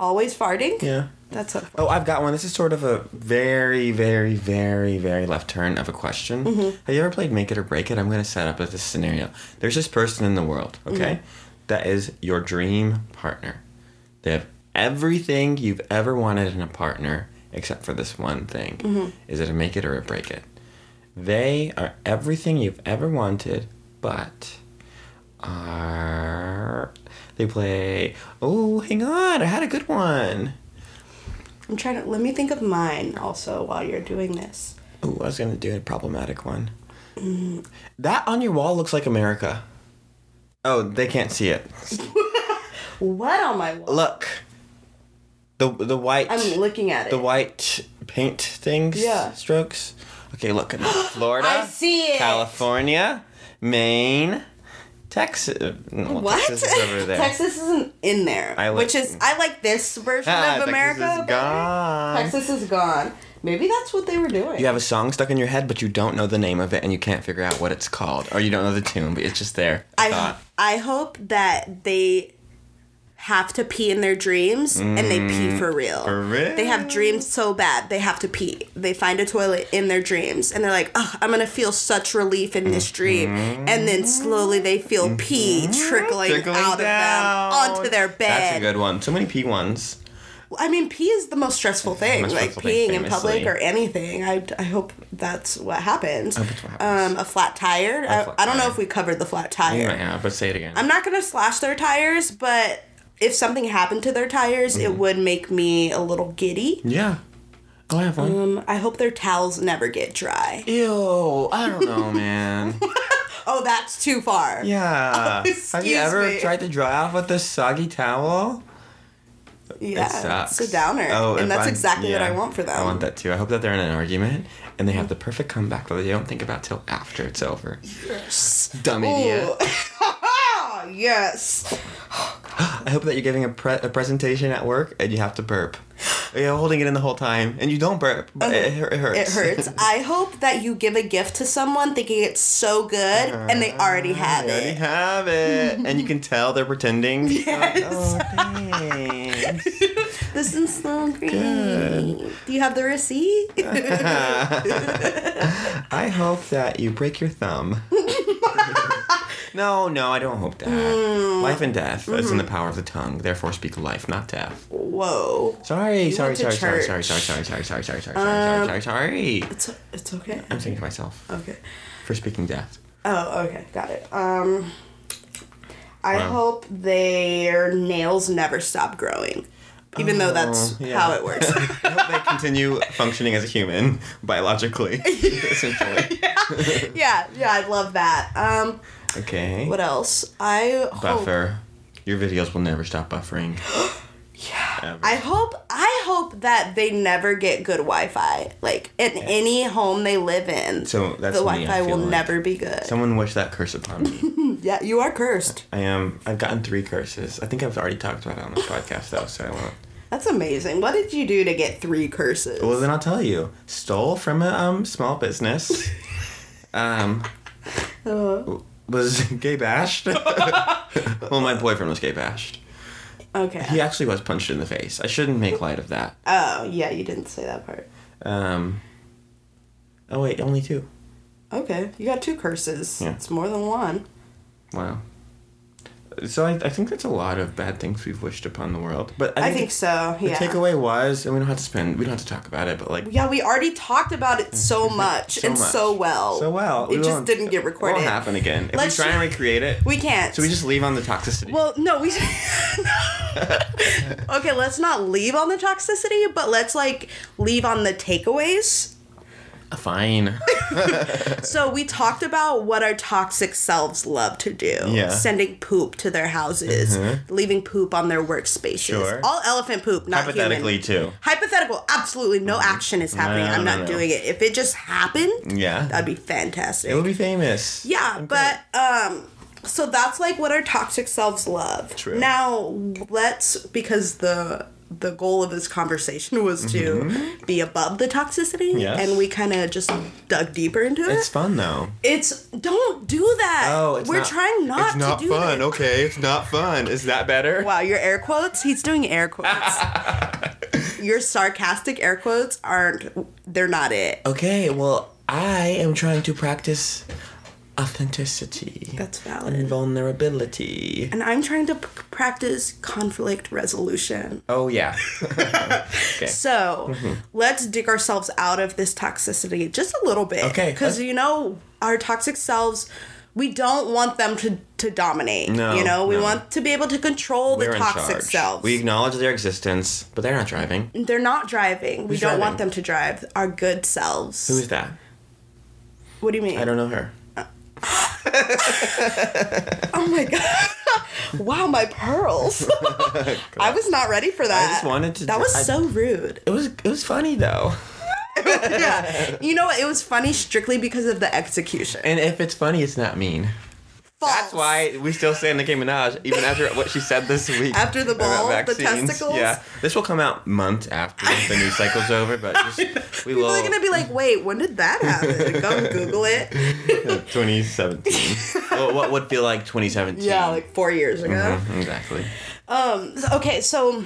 [SPEAKER 1] Always farting?
[SPEAKER 2] Yeah.
[SPEAKER 1] That's a
[SPEAKER 2] Oh, I've got one. This is sort of a very, very, very, very left turn of a question. Have you ever played Make It or Break It? I'm going to set up this scenario. There's this person in the world, okay, that is your dream partner. They have everything you've ever wanted in a partner except for this one thing. Is it a make it or a break it? They are everything you've ever wanted, but are they play? Oh, hang on! I had a good one.
[SPEAKER 1] I'm trying to let me think of mine also while you're doing this.
[SPEAKER 2] Ooh, I was gonna do a problematic one. That on your wall looks like America. Oh, they can't see it.
[SPEAKER 1] What on my wall?
[SPEAKER 2] Look, the the white
[SPEAKER 1] I'm looking at it.
[SPEAKER 2] the white paint things.
[SPEAKER 1] Yeah.
[SPEAKER 2] Strokes.
[SPEAKER 1] *gasps*
[SPEAKER 2] Okay, look. Florida.
[SPEAKER 1] I see it.
[SPEAKER 2] California, Maine, Texas. no,
[SPEAKER 1] What?
[SPEAKER 2] Texas is over there.
[SPEAKER 1] Texas isn't in there.
[SPEAKER 2] I like-
[SPEAKER 1] which is I like this version
[SPEAKER 2] Ah,
[SPEAKER 1] of America.
[SPEAKER 2] Texas is
[SPEAKER 1] better.
[SPEAKER 2] gone.
[SPEAKER 1] Texas is gone. Maybe that's what they were doing.
[SPEAKER 2] You have a song stuck in your head, but you don't know the name of it, and you can't figure out what it's called, or you don't know the tune, but it's just there. I
[SPEAKER 1] I
[SPEAKER 2] thought.
[SPEAKER 1] I hope that they have to pee in their dreams and they pee for real.
[SPEAKER 2] Mm, for real?
[SPEAKER 1] They have dreams so bad they have to pee. They find a toilet in their dreams and they're like, "Oh, I'm gonna feel such relief in this dream," and then slowly they feel pee trickling,
[SPEAKER 2] Mm-hmm. Trickling
[SPEAKER 1] out of
[SPEAKER 2] down.
[SPEAKER 1] them onto their bed.
[SPEAKER 2] That's a good one. So many P ones.
[SPEAKER 1] I mean, pee is the most stressful thing.
[SPEAKER 2] most
[SPEAKER 1] like
[SPEAKER 2] stressful
[SPEAKER 1] peeing
[SPEAKER 2] thing,
[SPEAKER 1] in public
[SPEAKER 2] famously.
[SPEAKER 1] or anything. I, I hope that's what happens.
[SPEAKER 2] that's what happens.
[SPEAKER 1] Um, a flat tire. I
[SPEAKER 2] flat
[SPEAKER 1] I don't know
[SPEAKER 2] tire.
[SPEAKER 1] if we covered the flat
[SPEAKER 2] You
[SPEAKER 1] tire.
[SPEAKER 2] might have, but say it again.
[SPEAKER 1] I'm not gonna slash their tires, but if something happened to their tires,
[SPEAKER 2] Mm-hmm.
[SPEAKER 1] it would make me a little giddy.
[SPEAKER 2] yeah. Oh, I have one.
[SPEAKER 1] Um, I hope their towels never get dry.
[SPEAKER 2] Ew. I don't *laughs* know, man.
[SPEAKER 1] Oh, that's too far.
[SPEAKER 2] Yeah. have
[SPEAKER 1] Oh, excuse
[SPEAKER 2] you ever
[SPEAKER 1] me.
[SPEAKER 2] tried to dry off with a soggy towel?
[SPEAKER 1] yeah,
[SPEAKER 2] sucks. Oh,
[SPEAKER 1] it's a downer,
[SPEAKER 2] if
[SPEAKER 1] and that's
[SPEAKER 2] I-
[SPEAKER 1] exactly what
[SPEAKER 2] yeah,
[SPEAKER 1] I want for them.
[SPEAKER 2] I want that too. I hope that they're in an argument and they have the perfect comeback that they don't think about till after it's over.
[SPEAKER 1] Yes.
[SPEAKER 2] Dumb idiot. *gasps*
[SPEAKER 1] Ooh. *laughs* yes.
[SPEAKER 2] I hope that you're giving a, pre- a presentation at work and you have to burp. *gasps* You're holding it in the whole time and you don't burp, but it, it hurts.
[SPEAKER 1] Uh-huh. It hurts. I hope that you give a gift to someone thinking it's so good and they already have
[SPEAKER 2] Uh, They already
[SPEAKER 1] it.
[SPEAKER 2] have it,
[SPEAKER 1] *laughs*
[SPEAKER 2] and you can tell they're pretending.
[SPEAKER 1] Yes.
[SPEAKER 2] Oh, thanks.
[SPEAKER 1] *laughs* This is so great. Do you have the receipt?
[SPEAKER 2] I hope that you break
[SPEAKER 1] *laughs*
[SPEAKER 2] your thumb. no, no, I don't hope that.
[SPEAKER 1] Hmm.
[SPEAKER 2] Life and death is
[SPEAKER 1] Mm-hmm.
[SPEAKER 2] in the power of the tongue. Therefore, speak life, not death.
[SPEAKER 1] Whoa.
[SPEAKER 2] Sorry, sorry,
[SPEAKER 1] went to
[SPEAKER 2] sorry, sorry, sorry,
[SPEAKER 1] church.
[SPEAKER 2] sorry, sorry, sorry, sorry, sorry, sorry, sorry, sorry, sorry.
[SPEAKER 1] It's it's okay.
[SPEAKER 2] I'm saying to myself
[SPEAKER 1] Okay.
[SPEAKER 2] for speaking death.
[SPEAKER 1] Oh, okay, got it. Um, I
[SPEAKER 2] Wow.
[SPEAKER 1] hope their nails never stop growing, even though that's
[SPEAKER 2] Oh, yeah.
[SPEAKER 1] how it
[SPEAKER 2] *laughs*
[SPEAKER 1] works. *laughs*
[SPEAKER 2] I hope they continue functioning as a human biologically,
[SPEAKER 1] *laughs*
[SPEAKER 2] *laughs* essentially.
[SPEAKER 1] yeah, yeah, I love that. Um,
[SPEAKER 2] Okay.
[SPEAKER 1] what else? I hope.
[SPEAKER 2] Buffer. Your videos will never
[SPEAKER 1] *gasps*
[SPEAKER 2] stop buffering. yeah.
[SPEAKER 1] I hope I hope that they never get good Wi-Fi. Like in any home they live in,
[SPEAKER 2] So that's
[SPEAKER 1] the
[SPEAKER 2] me, I
[SPEAKER 1] Wi-Fi
[SPEAKER 2] feel
[SPEAKER 1] will
[SPEAKER 2] like.
[SPEAKER 1] never be good.
[SPEAKER 2] Someone wish that curse upon me. *laughs*
[SPEAKER 1] yeah, you are cursed.
[SPEAKER 2] I am. I've gotten three curses. I think I've already talked about it on this podcast, though, so I won't.
[SPEAKER 1] That's amazing. What did you do to get three curses?
[SPEAKER 2] Well, then I'll tell you. Stole from a um, small
[SPEAKER 1] *laughs*
[SPEAKER 2] business. Um,
[SPEAKER 1] Uh,
[SPEAKER 2] was gay
[SPEAKER 1] *laughs*
[SPEAKER 2] bashed. well, my boyfriend was gay bashed.
[SPEAKER 1] okay.
[SPEAKER 2] He actually was punched in the face. I shouldn't make light of that.
[SPEAKER 1] Oh, yeah, you didn't say that part.
[SPEAKER 2] Um. Oh wait, only two.
[SPEAKER 1] Okay, you got two curses.
[SPEAKER 2] Yeah.
[SPEAKER 1] It's more than one.
[SPEAKER 2] Wow. So I, I think that's a lot of bad things we've wished upon the world. But I,
[SPEAKER 1] I think so.
[SPEAKER 2] The
[SPEAKER 1] Yeah.
[SPEAKER 2] takeaway was, and we don't have to spend. We don't have to talk about it. But like,
[SPEAKER 1] yeah, we already talked about it so much
[SPEAKER 2] *laughs* So
[SPEAKER 1] and
[SPEAKER 2] much.
[SPEAKER 1] so well.
[SPEAKER 2] so well,
[SPEAKER 1] It
[SPEAKER 2] we
[SPEAKER 1] just
[SPEAKER 2] won't-
[SPEAKER 1] didn't get
[SPEAKER 2] It
[SPEAKER 1] recorded.
[SPEAKER 2] won't happen again. If
[SPEAKER 1] Let's
[SPEAKER 2] we try and
[SPEAKER 1] ju-
[SPEAKER 2] recreate it,
[SPEAKER 1] We can't.
[SPEAKER 2] So we just leave on the toxicity.
[SPEAKER 1] Well, no, we. *laughs* okay, let's not leave on the toxicity, but let's like leave on the takeaways. *laughs*
[SPEAKER 2] Fine.
[SPEAKER 1] So we talked about what our toxic selves love to do.
[SPEAKER 2] Yeah. Mm-hmm.
[SPEAKER 1] Sending poop to their houses, leaving poop on their workspaces.
[SPEAKER 2] Sure.
[SPEAKER 1] All elephant poop, not human.
[SPEAKER 2] Hypothetically, too.
[SPEAKER 1] Hypothetical, absolutely no action is happening.
[SPEAKER 2] Mm-hmm. No,
[SPEAKER 1] I'm
[SPEAKER 2] no,
[SPEAKER 1] not
[SPEAKER 2] no.
[SPEAKER 1] doing it. If it just happened,
[SPEAKER 2] Yeah.
[SPEAKER 1] that'd be fantastic.
[SPEAKER 2] it would be famous.
[SPEAKER 1] yeah,
[SPEAKER 2] I'm
[SPEAKER 1] but um so that's like what our toxic selves love.
[SPEAKER 2] True.
[SPEAKER 1] Now let's because the the goal of this conversation was to be above the toxicity
[SPEAKER 2] Mm-hmm. Yes.
[SPEAKER 1] and we kind of just dug deeper into
[SPEAKER 2] great.
[SPEAKER 1] it.
[SPEAKER 2] It's fun though.
[SPEAKER 1] It's don't do that.
[SPEAKER 2] Oh, it's
[SPEAKER 1] We're
[SPEAKER 2] not-
[SPEAKER 1] trying not
[SPEAKER 2] it's not
[SPEAKER 1] to do
[SPEAKER 2] fun.
[SPEAKER 1] that.
[SPEAKER 2] Okay, it's not fun. Is that better?
[SPEAKER 1] Wow, your air quotes. He's doing air
[SPEAKER 2] *laughs*
[SPEAKER 1] quotes. your sarcastic air quotes aren't. They're not it.
[SPEAKER 2] Okay, well, I am trying to practice authenticity.
[SPEAKER 1] That's
[SPEAKER 2] and
[SPEAKER 1] valid.
[SPEAKER 2] vulnerability.
[SPEAKER 1] And I'm trying to p- practice conflict resolution.
[SPEAKER 2] Oh *laughs* yeah.
[SPEAKER 1] So
[SPEAKER 2] Mm-hmm.
[SPEAKER 1] let's dig ourselves out of this toxicity just a little bit.
[SPEAKER 2] Okay,
[SPEAKER 1] Because
[SPEAKER 2] let's-
[SPEAKER 1] you know our toxic selves we don't want them to to dominate.
[SPEAKER 2] No,
[SPEAKER 1] you know, we
[SPEAKER 2] no.
[SPEAKER 1] want to be able to control the
[SPEAKER 2] They're in
[SPEAKER 1] toxic
[SPEAKER 2] charge.
[SPEAKER 1] selves.
[SPEAKER 2] We acknowledge their existence, but they're not driving.
[SPEAKER 1] They're not driving. We
[SPEAKER 2] Who's
[SPEAKER 1] don't want
[SPEAKER 2] driving?
[SPEAKER 1] them to drive our good selves.
[SPEAKER 2] Who's that?
[SPEAKER 1] what do you mean?
[SPEAKER 2] I don't know her.
[SPEAKER 1] oh my god! *laughs* wow, my
[SPEAKER 2] *laughs*
[SPEAKER 1] pearls. *laughs* I was not ready for that.
[SPEAKER 2] just wanted to-
[SPEAKER 1] That was
[SPEAKER 2] I-
[SPEAKER 1] so rude.
[SPEAKER 2] It was it was funny though.
[SPEAKER 1] yeah. You know what? It was funny strictly because of the execution.
[SPEAKER 2] And if it's funny, it's not mean.
[SPEAKER 1] False.
[SPEAKER 2] That's why we still say Nicki Minaj, even after what she said *laughs* this week.
[SPEAKER 1] After the
[SPEAKER 2] about
[SPEAKER 1] ball, the
[SPEAKER 2] vaccines.
[SPEAKER 1] testicles.
[SPEAKER 2] Yeah, this will come out months *laughs* after the news cycle's over, but *laughs* just, we
[SPEAKER 1] People
[SPEAKER 2] love
[SPEAKER 1] are gonna be like, wait, when did that happen? Go
[SPEAKER 2] *laughs*
[SPEAKER 1] Google it.
[SPEAKER 2] 2017. Well, what would feel like 2017?
[SPEAKER 1] Yeah, like four years ago.
[SPEAKER 2] Mhm, exactly.
[SPEAKER 1] Okay, so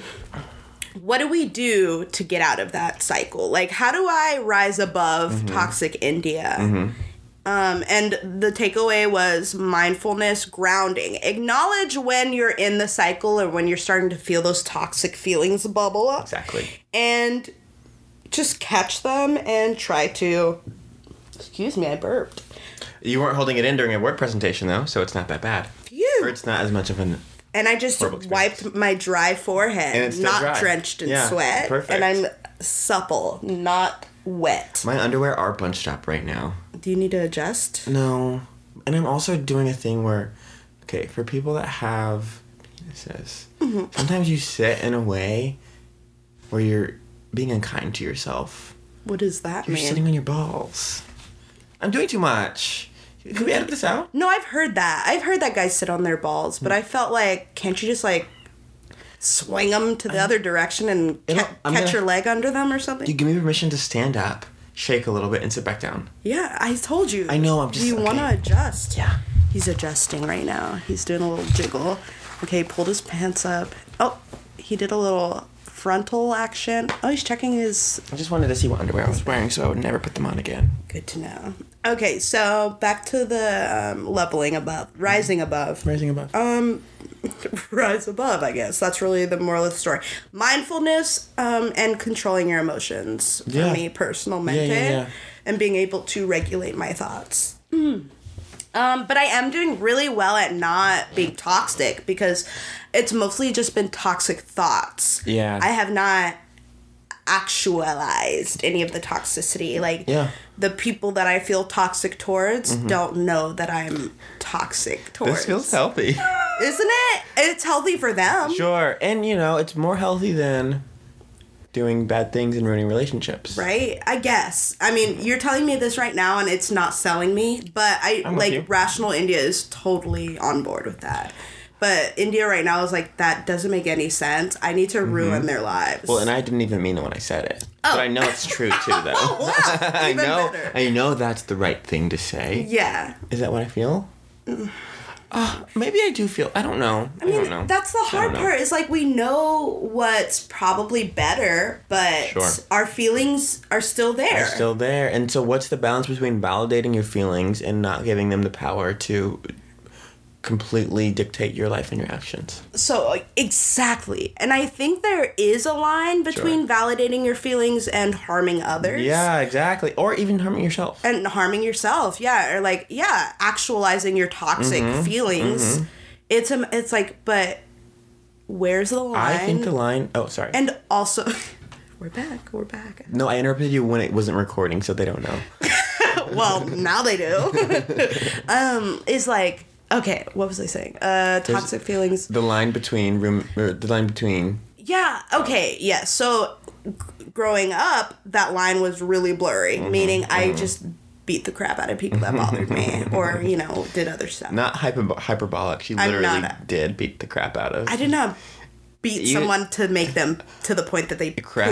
[SPEAKER 1] what do we do to get out of that cycle? Like, how do I rise above toxic India? Um, and the takeaway was mindfulness, grounding. Acknowledge when you're in the cycle or when you're starting to feel those toxic feelings bubble up.
[SPEAKER 2] Exactly.
[SPEAKER 1] and just catch them and try to excuse me i burped
[SPEAKER 2] You weren't holding it in during a work presentation though, so it's not that bad. Or
[SPEAKER 1] phew
[SPEAKER 2] it's not as much of an
[SPEAKER 1] and i just
[SPEAKER 2] Horrible experience.
[SPEAKER 1] wiped my dry forehead
[SPEAKER 2] And it's still
[SPEAKER 1] not
[SPEAKER 2] dry.
[SPEAKER 1] drenched in
[SPEAKER 2] Yeah,
[SPEAKER 1] sweat
[SPEAKER 2] perfect.
[SPEAKER 1] and i'm supple not wet
[SPEAKER 2] My underwear are bunched up right now.
[SPEAKER 1] do you need to adjust
[SPEAKER 2] No. And I'm also doing a thing where, okay, for people that have penises, sometimes you sit in a way where you're being unkind to yourself.
[SPEAKER 1] what does that
[SPEAKER 2] You're
[SPEAKER 1] mean
[SPEAKER 2] sitting on your balls. I'm doing too much. Can we edit this out?
[SPEAKER 1] no i've heard that i've heard that guys sit on their balls but i felt like can't you just like swing them to the other direction and
[SPEAKER 2] It'll-
[SPEAKER 1] ca-
[SPEAKER 2] I'm
[SPEAKER 1] catch
[SPEAKER 2] gonna-
[SPEAKER 1] your leg under them or something
[SPEAKER 2] You give me permission to stand up, shake a little bit, and sit back down.
[SPEAKER 1] Yeah, I told you.
[SPEAKER 2] I know, I'm just-
[SPEAKER 1] We want to
[SPEAKER 2] okay.
[SPEAKER 1] adjust.
[SPEAKER 2] Yeah.
[SPEAKER 1] He's adjusting right now. He's doing a little jiggle. Okay, he pulled his pants up. Oh, he did a little frontal action. Oh, he's checking his.
[SPEAKER 2] I just wanted to see what underwear I was wearing so I would never put them on again.
[SPEAKER 1] Good to know. Okay, so back to the um, leveling above, rising above.
[SPEAKER 2] Rising above.
[SPEAKER 1] *laughs* Rise above, I guess. That's really the moral of the story. Mindfulness um, and controlling your emotions. For
[SPEAKER 2] Yeah.
[SPEAKER 1] me, personal
[SPEAKER 2] yeah,
[SPEAKER 1] mente.
[SPEAKER 2] yeah.
[SPEAKER 1] and being able to regulate my thoughts. Mm. Um, but I am doing really well at not being toxic because it's mostly just been toxic thoughts.
[SPEAKER 2] Yeah.
[SPEAKER 1] I have not actualized any of the toxicity. Like
[SPEAKER 2] Yeah. Mm-hmm.
[SPEAKER 1] the people that I feel toxic towards don't know that I'm toxic towards.
[SPEAKER 2] this feels healthy. *laughs*
[SPEAKER 1] Isn't it? It's healthy for them.
[SPEAKER 2] Sure, and you know it's more healthy than doing bad things and ruining relationships.
[SPEAKER 1] Right? I guess. I mean, you're telling me this right now and it's not selling me, but I
[SPEAKER 2] I'm with you.
[SPEAKER 1] like Rational India is totally on board with that. But India right now is like, that doesn't make any sense. I need to ruin their lives.
[SPEAKER 2] Mm-hmm. Well, and I didn't even mean it when I said it, but I know it's true
[SPEAKER 1] *laughs*
[SPEAKER 2] too,
[SPEAKER 1] wow,
[SPEAKER 2] though. *laughs* I
[SPEAKER 1] Oh. even
[SPEAKER 2] know,
[SPEAKER 1] better.
[SPEAKER 2] I know that's the right thing to say.
[SPEAKER 1] yeah.
[SPEAKER 2] Is that what
[SPEAKER 1] *sighs*
[SPEAKER 2] I feel? Uh, maybe I do feel. I don't know. I,
[SPEAKER 1] I mean,
[SPEAKER 2] don't know.
[SPEAKER 1] that's the
[SPEAKER 2] I don't
[SPEAKER 1] hard
[SPEAKER 2] know.
[SPEAKER 1] part. Is like we know what's probably better, but
[SPEAKER 2] Sure.
[SPEAKER 1] our feelings are still there.
[SPEAKER 2] They're still there, and so what's the balance between validating your feelings and not giving them the power to completely dictate your life and your actions?
[SPEAKER 1] So like, exactly, and I think there is a line between validating your feelings and harming others.
[SPEAKER 2] Yeah, exactly. Or even harming yourself.
[SPEAKER 1] and harming yourself yeah or like yeah actualizing your toxic
[SPEAKER 2] Mm-hmm.
[SPEAKER 1] feelings it's um, it's like but where's the line
[SPEAKER 2] I think the line. Oh, sorry.
[SPEAKER 1] and also *laughs* we're back we're
[SPEAKER 2] *laughs*
[SPEAKER 1] back *laughs*
[SPEAKER 2] No, I interrupted you when it wasn't recording, so they don't know.
[SPEAKER 1] well now they
[SPEAKER 2] *laughs*
[SPEAKER 1] do *laughs* um is like okay what was i saying uh toxic feelings
[SPEAKER 2] The line between room, or the line between.
[SPEAKER 1] Yeah. Okay. Yeah. So g- growing up, that line was really blurry,
[SPEAKER 2] Mm-hmm.
[SPEAKER 1] meaning I just beat the crap out of people that bothered me,
[SPEAKER 2] *laughs*
[SPEAKER 1] or you know, did other stuff.
[SPEAKER 2] Not hyper, hyperbolic. She
[SPEAKER 1] I'm
[SPEAKER 2] literally
[SPEAKER 1] not a-
[SPEAKER 2] did beat the crap out of.
[SPEAKER 1] I did not beat
[SPEAKER 2] You-
[SPEAKER 1] someone to make them to the point that they
[SPEAKER 2] Crap,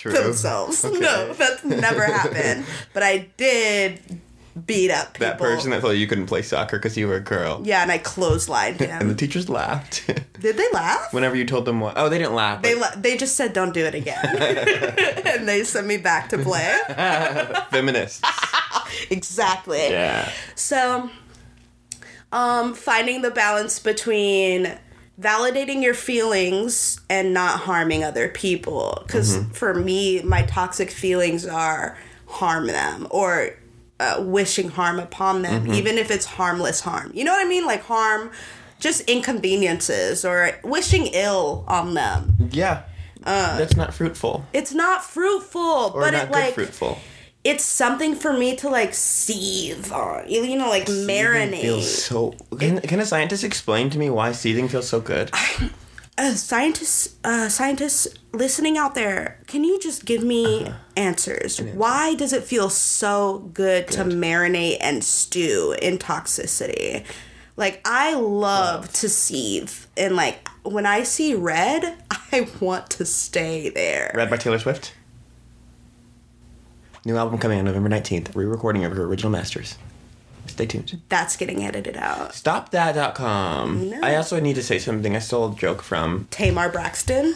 [SPEAKER 1] pooped
[SPEAKER 2] true.
[SPEAKER 1] themselves. *laughs* No,
[SPEAKER 2] Okay.
[SPEAKER 1] that's never
[SPEAKER 2] *laughs*
[SPEAKER 1] happened. But I did beat up people.
[SPEAKER 2] that person that told you you couldn't play soccer because you were a girl.
[SPEAKER 1] yeah, and I clotheslined
[SPEAKER 2] *laughs* And the
[SPEAKER 1] him.
[SPEAKER 2] teachers laughed *laughs*
[SPEAKER 1] Did they laugh?
[SPEAKER 2] whenever you told them what. Oh, they didn't laugh.
[SPEAKER 1] They
[SPEAKER 2] but
[SPEAKER 1] la- they just said don't do it
[SPEAKER 2] *laughs*
[SPEAKER 1] again, *laughs* and they sent me back to play. *laughs*
[SPEAKER 2] feminists.
[SPEAKER 1] Exactly.
[SPEAKER 2] yeah.
[SPEAKER 1] So, um, finding the balance between validating your feelings and not harming other
[SPEAKER 2] Mm-hmm.
[SPEAKER 1] people. Because for me, my toxic feelings are harm them or uh, wishing harm upon them,
[SPEAKER 2] Mm-hmm.
[SPEAKER 1] even if it's harmless harm. You know what I mean? Like harm, just inconveniences or wishing ill on them.
[SPEAKER 2] Yeah. That's not fruitful.
[SPEAKER 1] It's not fruitful,
[SPEAKER 2] Or
[SPEAKER 1] Uh, but
[SPEAKER 2] not
[SPEAKER 1] it
[SPEAKER 2] good
[SPEAKER 1] like
[SPEAKER 2] fruitful.
[SPEAKER 1] it's something for me to like seethe on. You, you know, like marinate.
[SPEAKER 2] Feels so. Can, can a scientist explain to me why seething feels so good?
[SPEAKER 1] uh, scientists, uh, scientists listening out there, can you just give me Uh-huh. answers? Why does it feel so good, to marinate and stew in toxicity? Like I love to seethe, and like when I see red, *laughs* I want to stay there.
[SPEAKER 2] Read by Taylor Swift. New album coming out November 19th. Re-recording of her original masters. Stay tuned.
[SPEAKER 1] That's getting edited out.
[SPEAKER 2] Stopthat.com. I also need to say something. I stole a joke from.
[SPEAKER 1] Tamar *laughs* Braxton.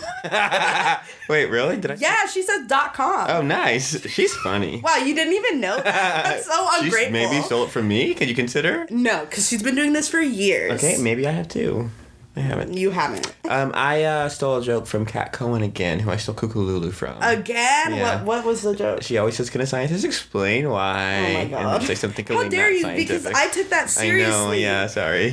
[SPEAKER 2] Wait, really? Did I?
[SPEAKER 1] Yeah, she says dot com.
[SPEAKER 2] Oh, nice. She's funny.
[SPEAKER 1] Wow, you didn't even know *laughs* that. That's so
[SPEAKER 2] She
[SPEAKER 1] ungrateful.
[SPEAKER 2] maybe stole it from me. Could you consider?
[SPEAKER 1] no, because she's been doing this for years.
[SPEAKER 2] Okay, maybe I have too. I haven't.
[SPEAKER 1] You haven't.
[SPEAKER 2] Um, I uh, stole a joke from Kat Cohen again, who I stole Cuckoo Lulu from.
[SPEAKER 1] Again? What
[SPEAKER 2] Yeah.
[SPEAKER 1] what was the joke?
[SPEAKER 2] she always says, "Can a scientist explain why?"
[SPEAKER 1] Oh my
[SPEAKER 2] And
[SPEAKER 1] god.
[SPEAKER 2] then say something
[SPEAKER 1] How
[SPEAKER 2] completely
[SPEAKER 1] dare
[SPEAKER 2] not
[SPEAKER 1] you? Because
[SPEAKER 2] scientific.
[SPEAKER 1] I took that seriously.
[SPEAKER 2] I know. Yeah. Sorry.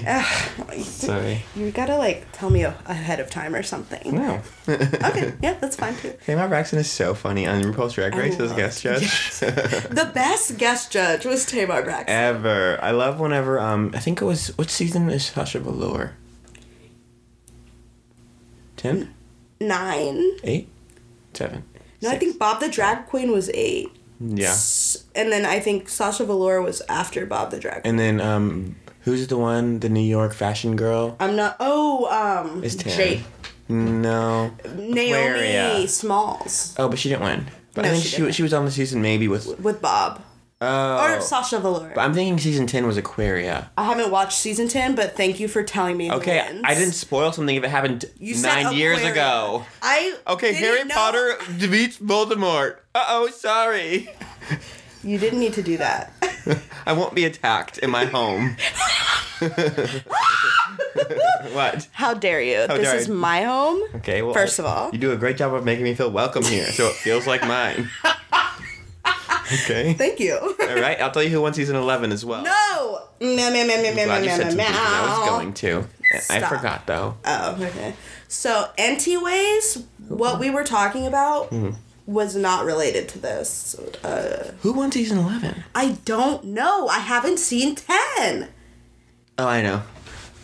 [SPEAKER 2] Sorry.
[SPEAKER 1] You gotta like tell me a- ahead of time or something.
[SPEAKER 2] No.
[SPEAKER 1] *laughs*
[SPEAKER 2] *laughs*
[SPEAKER 1] Okay, yeah, that's fine too.
[SPEAKER 2] Tamar Braxton is so funny on RuPaul's Drag
[SPEAKER 1] I
[SPEAKER 2] Race as
[SPEAKER 1] love-
[SPEAKER 2] guest judge
[SPEAKER 1] The best guest judge was Tamar Braxton.
[SPEAKER 2] *laughs* ever. I love whenever um I think it was what season is Sasha Velour? Ten,
[SPEAKER 1] Nine.
[SPEAKER 2] eight, seven.
[SPEAKER 1] No, I
[SPEAKER 2] six.
[SPEAKER 1] think Bob the Drag Queen was eight.
[SPEAKER 2] yeah.
[SPEAKER 1] S- And then I think Sasha Velour was after Bob the Drag Queen.
[SPEAKER 2] And then um who's the one the New York fashion girl?
[SPEAKER 1] I'm not. Oh, um.
[SPEAKER 2] It's ten.
[SPEAKER 1] Jake.
[SPEAKER 2] No.
[SPEAKER 1] Naomi
[SPEAKER 2] Aquaria.
[SPEAKER 1] Smalls
[SPEAKER 2] Oh, but she didn't win. But I
[SPEAKER 1] No,
[SPEAKER 2] think
[SPEAKER 1] she
[SPEAKER 2] she,
[SPEAKER 1] didn't.
[SPEAKER 2] she was on the season maybe with
[SPEAKER 1] with Bob.
[SPEAKER 2] oh.
[SPEAKER 1] Or Sasha Velour.
[SPEAKER 2] But I'm thinking season ten was Aquaria.
[SPEAKER 1] I haven't watched season 10, but thank you for telling me. who
[SPEAKER 2] Okay,
[SPEAKER 1] wins.
[SPEAKER 2] I didn't spoil something if it happened
[SPEAKER 1] You said
[SPEAKER 2] nine years
[SPEAKER 1] Aquaria.
[SPEAKER 2] ago.
[SPEAKER 1] I
[SPEAKER 2] Okay,
[SPEAKER 1] didn't
[SPEAKER 2] Harry
[SPEAKER 1] know-
[SPEAKER 2] Potter defeats Voldemort. Uh oh, sorry.
[SPEAKER 1] You didn't need to do that. *laughs*
[SPEAKER 2] I won't be attacked in my home. what?
[SPEAKER 1] How dare you? this
[SPEAKER 2] dare
[SPEAKER 1] is
[SPEAKER 2] you.
[SPEAKER 1] my home.
[SPEAKER 2] Okay, well.
[SPEAKER 1] First of all.
[SPEAKER 2] you do a great job of making me feel welcome here, so it feels like mine.
[SPEAKER 1] *laughs*
[SPEAKER 2] Okay.
[SPEAKER 1] Thank
[SPEAKER 2] *laughs*
[SPEAKER 1] you.
[SPEAKER 2] All right, I'll tell you who won season 11 as well.
[SPEAKER 1] *laughs* no. Meow, meow, meow, meow, meow,
[SPEAKER 2] Glad you
[SPEAKER 1] meow,
[SPEAKER 2] said
[SPEAKER 1] meow,
[SPEAKER 2] something. I was
[SPEAKER 1] meow.
[SPEAKER 2] going to. I
[SPEAKER 1] Stop.
[SPEAKER 2] forgot, though.
[SPEAKER 1] Oh, okay. So, anyways, what we were talking about
[SPEAKER 2] Mm-hmm.
[SPEAKER 1] was not related to this. Uh,
[SPEAKER 2] Who won season 11?
[SPEAKER 1] I don't know. I haven't seen 10.
[SPEAKER 2] Oh, I know.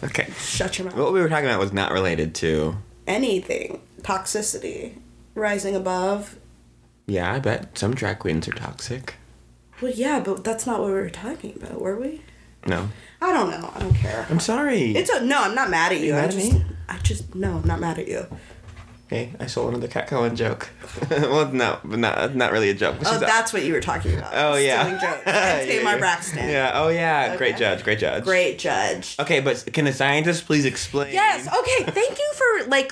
[SPEAKER 2] Okay.
[SPEAKER 1] Shut your mouth.
[SPEAKER 2] What we were talking about was not related to.
[SPEAKER 1] Anything. Toxicity. Rising above.
[SPEAKER 2] Yeah, I bet some drag queens are toxic.
[SPEAKER 1] Well, yeah, but that's not what we were talking about, were we?
[SPEAKER 2] No.
[SPEAKER 1] I don't know. I don't care.
[SPEAKER 2] I'm sorry.
[SPEAKER 1] It's a no. I'm not mad at you.
[SPEAKER 2] mad
[SPEAKER 1] I
[SPEAKER 2] at
[SPEAKER 1] just,
[SPEAKER 2] me?
[SPEAKER 1] I just no. I'm not mad at you.
[SPEAKER 2] Hey, I stole another Cat Cohen joke. *laughs* well, no, but not not really a joke. but
[SPEAKER 1] Oh,
[SPEAKER 2] she's a-
[SPEAKER 1] that's what you were talking about.
[SPEAKER 2] oh yeah.
[SPEAKER 1] Stealing
[SPEAKER 2] *laughs*
[SPEAKER 1] jokes.
[SPEAKER 2] Yeah,
[SPEAKER 1] And Tamar
[SPEAKER 2] yeah.
[SPEAKER 1] Braxton.
[SPEAKER 2] Yeah. Oh yeah. Great
[SPEAKER 1] Okay.
[SPEAKER 2] judge. Great judge.
[SPEAKER 1] Great judge.
[SPEAKER 2] Okay, but can a scientist please explain?
[SPEAKER 1] Yes. oh. Okay. Thank you for like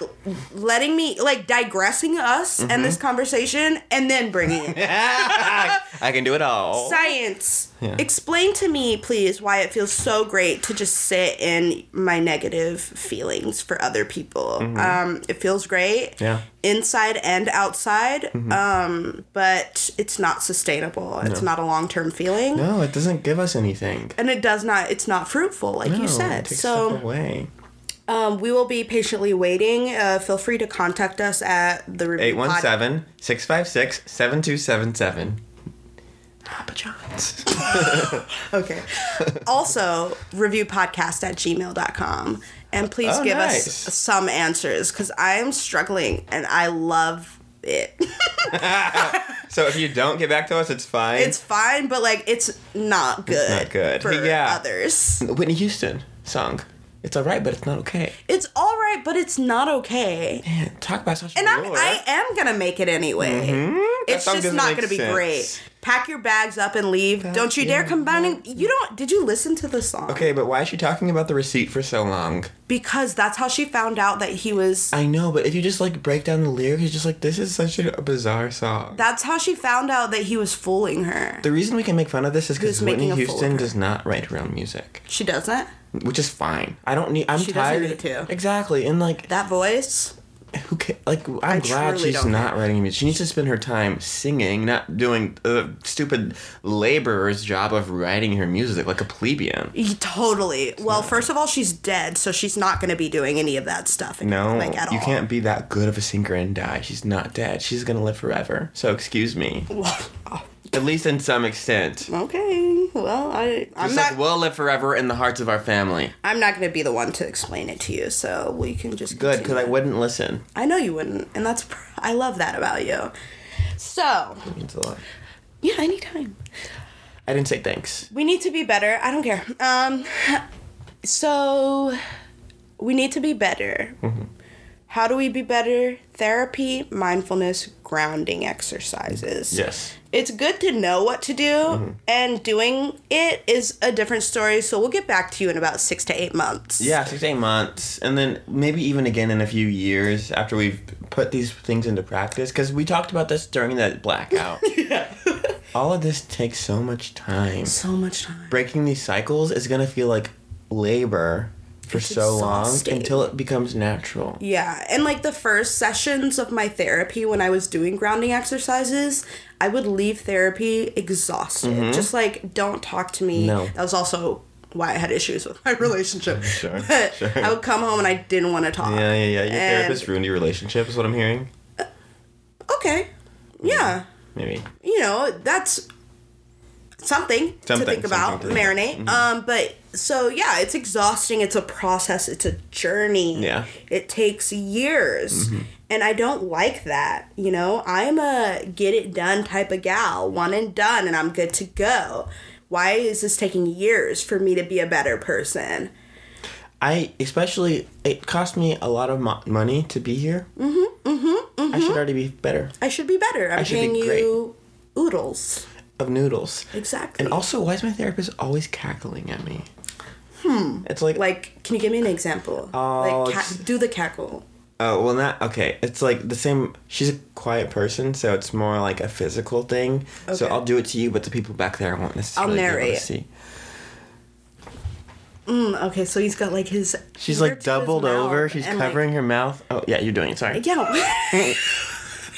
[SPEAKER 1] letting me like digressing us
[SPEAKER 2] Mm-hmm.
[SPEAKER 1] and this conversation, and then bringing it.
[SPEAKER 2] *laughs*
[SPEAKER 1] back.
[SPEAKER 2] *laughs* I can do
[SPEAKER 1] *laughs*
[SPEAKER 2] it all.
[SPEAKER 1] Science.
[SPEAKER 2] Yeah.
[SPEAKER 1] Explain to me, please, why it feels so great to just sit in my negative feelings for other people. Um, it feels great.
[SPEAKER 2] Mm-hmm. Yeah. Mm-hmm.
[SPEAKER 1] Inside and outside. Um, but it's not sustainable. It's not a long term feeling.
[SPEAKER 2] no, it doesn't give us anything.
[SPEAKER 1] And it does not it's not fruitful, like
[SPEAKER 2] No,
[SPEAKER 1] you
[SPEAKER 2] it
[SPEAKER 1] said.
[SPEAKER 2] takes
[SPEAKER 1] So
[SPEAKER 2] stuff away.
[SPEAKER 1] um, we will be patiently waiting. Uh, feel free to contact us at the Review Pod-
[SPEAKER 2] 817-656-7277. Papa John's.
[SPEAKER 1] *laughs*
[SPEAKER 2] *laughs*
[SPEAKER 1] Okay. also, reviewpodcast at gmail.com. And please
[SPEAKER 2] Oh,
[SPEAKER 1] give
[SPEAKER 2] nice.
[SPEAKER 1] us some answers because I am struggling and I love it. *laughs*
[SPEAKER 2] So if you don't get back to us, it's fine.
[SPEAKER 1] it's fine, but like it's not good.
[SPEAKER 2] not good.
[SPEAKER 1] for
[SPEAKER 2] Yeah.
[SPEAKER 1] others.
[SPEAKER 2] Whitney Houston song. It's all right, but it's not okay.
[SPEAKER 1] It's all right, but it's not okay.
[SPEAKER 2] Man, talk about Sasha
[SPEAKER 1] And I'm,
[SPEAKER 2] Velour.
[SPEAKER 1] I am gonna make it anyway.
[SPEAKER 2] Hmm? That
[SPEAKER 1] It's
[SPEAKER 2] song
[SPEAKER 1] just
[SPEAKER 2] doesn't
[SPEAKER 1] not
[SPEAKER 2] make
[SPEAKER 1] gonna be
[SPEAKER 2] sense.
[SPEAKER 1] great. Pack your bags up and leave. don't you dare
[SPEAKER 2] your
[SPEAKER 1] come bounding. You don't. Did you listen to the song?
[SPEAKER 2] Okay, but why is she talking about the receipt for so long?
[SPEAKER 1] Because that's how she found out that he was.
[SPEAKER 2] I know, but if you just like break down the lyrics, it's just like this is such a bizarre song.
[SPEAKER 1] That's how she found out that he was fooling her.
[SPEAKER 2] the reason we can make fun of this is
[SPEAKER 1] Who's
[SPEAKER 2] because Whitney
[SPEAKER 1] making a fool of
[SPEAKER 2] Houston
[SPEAKER 1] her?
[SPEAKER 2] does not write her own music,
[SPEAKER 1] She doesn't.
[SPEAKER 2] which is fine. I don't need. I'm
[SPEAKER 1] She doesn't
[SPEAKER 2] tired.
[SPEAKER 1] need to.
[SPEAKER 2] Exactly, and like
[SPEAKER 1] That voice.
[SPEAKER 2] who ca- like I'm glad
[SPEAKER 1] truly
[SPEAKER 2] she's
[SPEAKER 1] don't
[SPEAKER 2] not writing music. She needs to spend her time singing, not doing the stupid laborer's job of writing her music like a plebeian.
[SPEAKER 1] Y- Totally. Well, first of all, she's dead, so she's not going to be doing any of that stuff.
[SPEAKER 2] No,
[SPEAKER 1] like at
[SPEAKER 2] you
[SPEAKER 1] all.
[SPEAKER 2] can't be that good of a singer and die. She's not dead. She's gonna live forever. So
[SPEAKER 1] *laughs*
[SPEAKER 2] excuse me. At least in some extent.
[SPEAKER 1] okay. Well, I I'm
[SPEAKER 2] It's
[SPEAKER 1] not
[SPEAKER 2] like we'll live forever in the hearts of our family.
[SPEAKER 1] I'm not going to be the one to explain it to you, so we can just
[SPEAKER 2] Good, because I
[SPEAKER 1] continue.
[SPEAKER 2] wouldn't listen.
[SPEAKER 1] I know you wouldn't, and that's *laughs* pr- I love that about you. So
[SPEAKER 2] That means a lot.
[SPEAKER 1] yeah, anytime.
[SPEAKER 2] I didn't say thanks.
[SPEAKER 1] We need to be better. I don't care. Um, so we need to be better. How do we be better? Therapy, mindfulness, grounding exercises.
[SPEAKER 2] Yes.
[SPEAKER 1] It's good to know what to do, and doing it is a different story. So we'll get back to you in about six to eight months.
[SPEAKER 2] Yeah, six to eight months, and then maybe even again in a few years after we've put these things into practice. Because we talked about this during
[SPEAKER 1] *laughs*
[SPEAKER 2] that blackout. All of this takes so much time.
[SPEAKER 1] So much time.
[SPEAKER 2] Breaking these cycles is gonna feel like labor for
[SPEAKER 1] It's
[SPEAKER 2] so
[SPEAKER 1] exhausting.
[SPEAKER 2] long until it becomes natural.
[SPEAKER 1] Yeah, and like the first sessions of my therapy when I was doing grounding exercises, I would leave therapy exhausted. Just like, don't talk to me.
[SPEAKER 2] Mm-hmm. No.
[SPEAKER 1] That was also why I had issues with my *laughs* relationship.
[SPEAKER 2] Sure,
[SPEAKER 1] But
[SPEAKER 2] sure.
[SPEAKER 1] I would come home and I didn't want to talk.
[SPEAKER 2] Yeah, yeah, yeah. Your
[SPEAKER 1] And-
[SPEAKER 2] therapist ruined your relationship, is what I'm hearing.
[SPEAKER 1] Okay. Yeah.
[SPEAKER 2] Maybe.
[SPEAKER 1] You know, that's something,
[SPEAKER 2] Something,
[SPEAKER 1] to think about,
[SPEAKER 2] something to Mm-hmm.
[SPEAKER 1] marinate. Um, but so yeah, it's exhausting. It's a process. It's a journey.
[SPEAKER 2] Yeah. Mm-hmm.
[SPEAKER 1] it takes years, and I don't like that. You know, I'm a get it done type of gal, one and done, and I'm good to go. Why is this taking years for me to be a better person?
[SPEAKER 2] I especially it cost me a lot of mo- money to be here. Mm-hmm. Mm-hmm. I should already be better
[SPEAKER 1] I should be better. I'm
[SPEAKER 2] should be
[SPEAKER 1] paying you oodles.
[SPEAKER 2] of noodles.
[SPEAKER 1] Exactly.
[SPEAKER 2] And also, why is my therapist always cackling at me? Hmm. It's like,
[SPEAKER 1] like, can you give me an example?
[SPEAKER 2] Oh,
[SPEAKER 1] like,
[SPEAKER 2] it's-
[SPEAKER 1] ca- do the cackle.
[SPEAKER 2] oh well, not okay. It's like the same. She's a quiet person, so it's more like a physical thing. So
[SPEAKER 1] Okay.
[SPEAKER 2] I'll do it to you, but the people back there won't necessarily be able to
[SPEAKER 1] narrate.
[SPEAKER 2] see.
[SPEAKER 1] Okay, so he's got like his.
[SPEAKER 2] She's
[SPEAKER 1] ear
[SPEAKER 2] like
[SPEAKER 1] to his
[SPEAKER 2] doubled over.
[SPEAKER 1] mouth
[SPEAKER 2] She's
[SPEAKER 1] and, like-
[SPEAKER 2] covering her mouth. Oh yeah, you're doing it. Sorry.
[SPEAKER 1] *laughs* yeah.
[SPEAKER 2] *laughs*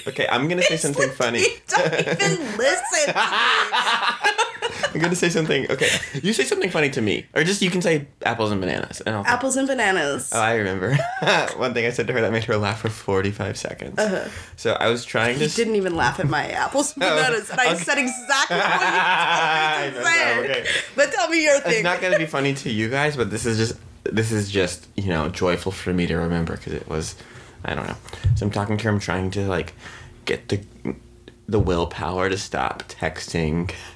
[SPEAKER 2] Okay,
[SPEAKER 1] *laughs*
[SPEAKER 2] I'm gonna say something funny.
[SPEAKER 1] Don't even
[SPEAKER 2] *laughs*
[SPEAKER 1] listen.
[SPEAKER 2] I'm gonna say something. Okay, you say something funny to me, or just you can say apples and bananas, and I'll.
[SPEAKER 1] Apples and bananas.
[SPEAKER 2] Oh, I remember. *laughs* One thing I said to her that made her laugh for 45 seconds. So I was trying to.
[SPEAKER 1] you Uh-huh.
[SPEAKER 2] *laughs*
[SPEAKER 1] didn't even laugh at my apples and bananas, and I
[SPEAKER 2] Oh, okay.
[SPEAKER 1] said exactly what you
[SPEAKER 2] *laughs* I know,
[SPEAKER 1] told me to say.
[SPEAKER 2] okay.
[SPEAKER 1] But tell me your
[SPEAKER 2] it's
[SPEAKER 1] thing.
[SPEAKER 2] not gonna be funny to you guys, but this is just this is just you know joyful for me to remember because it was, I don't know. So I'm talking to her. I'm trying to like get the the willpower to stop texting *laughs*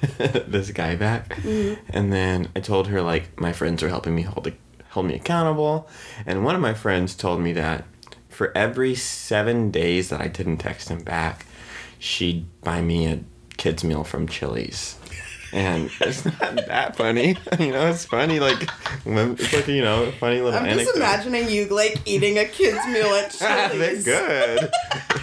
[SPEAKER 2] this guy back, and then I told her like my friends are helping me hold hold me accountable, and one of my friends told me that for every seven days that I didn't text him back, she'd buy me a kids meal from Chili's and it's not that funny. *laughs* You know, it's funny like when- it's like you know, funny little
[SPEAKER 1] I'm
[SPEAKER 2] anecdote.
[SPEAKER 1] just imagining you like eating a kid's meal at Chili's.
[SPEAKER 2] *laughs* They're good.
[SPEAKER 1] *laughs*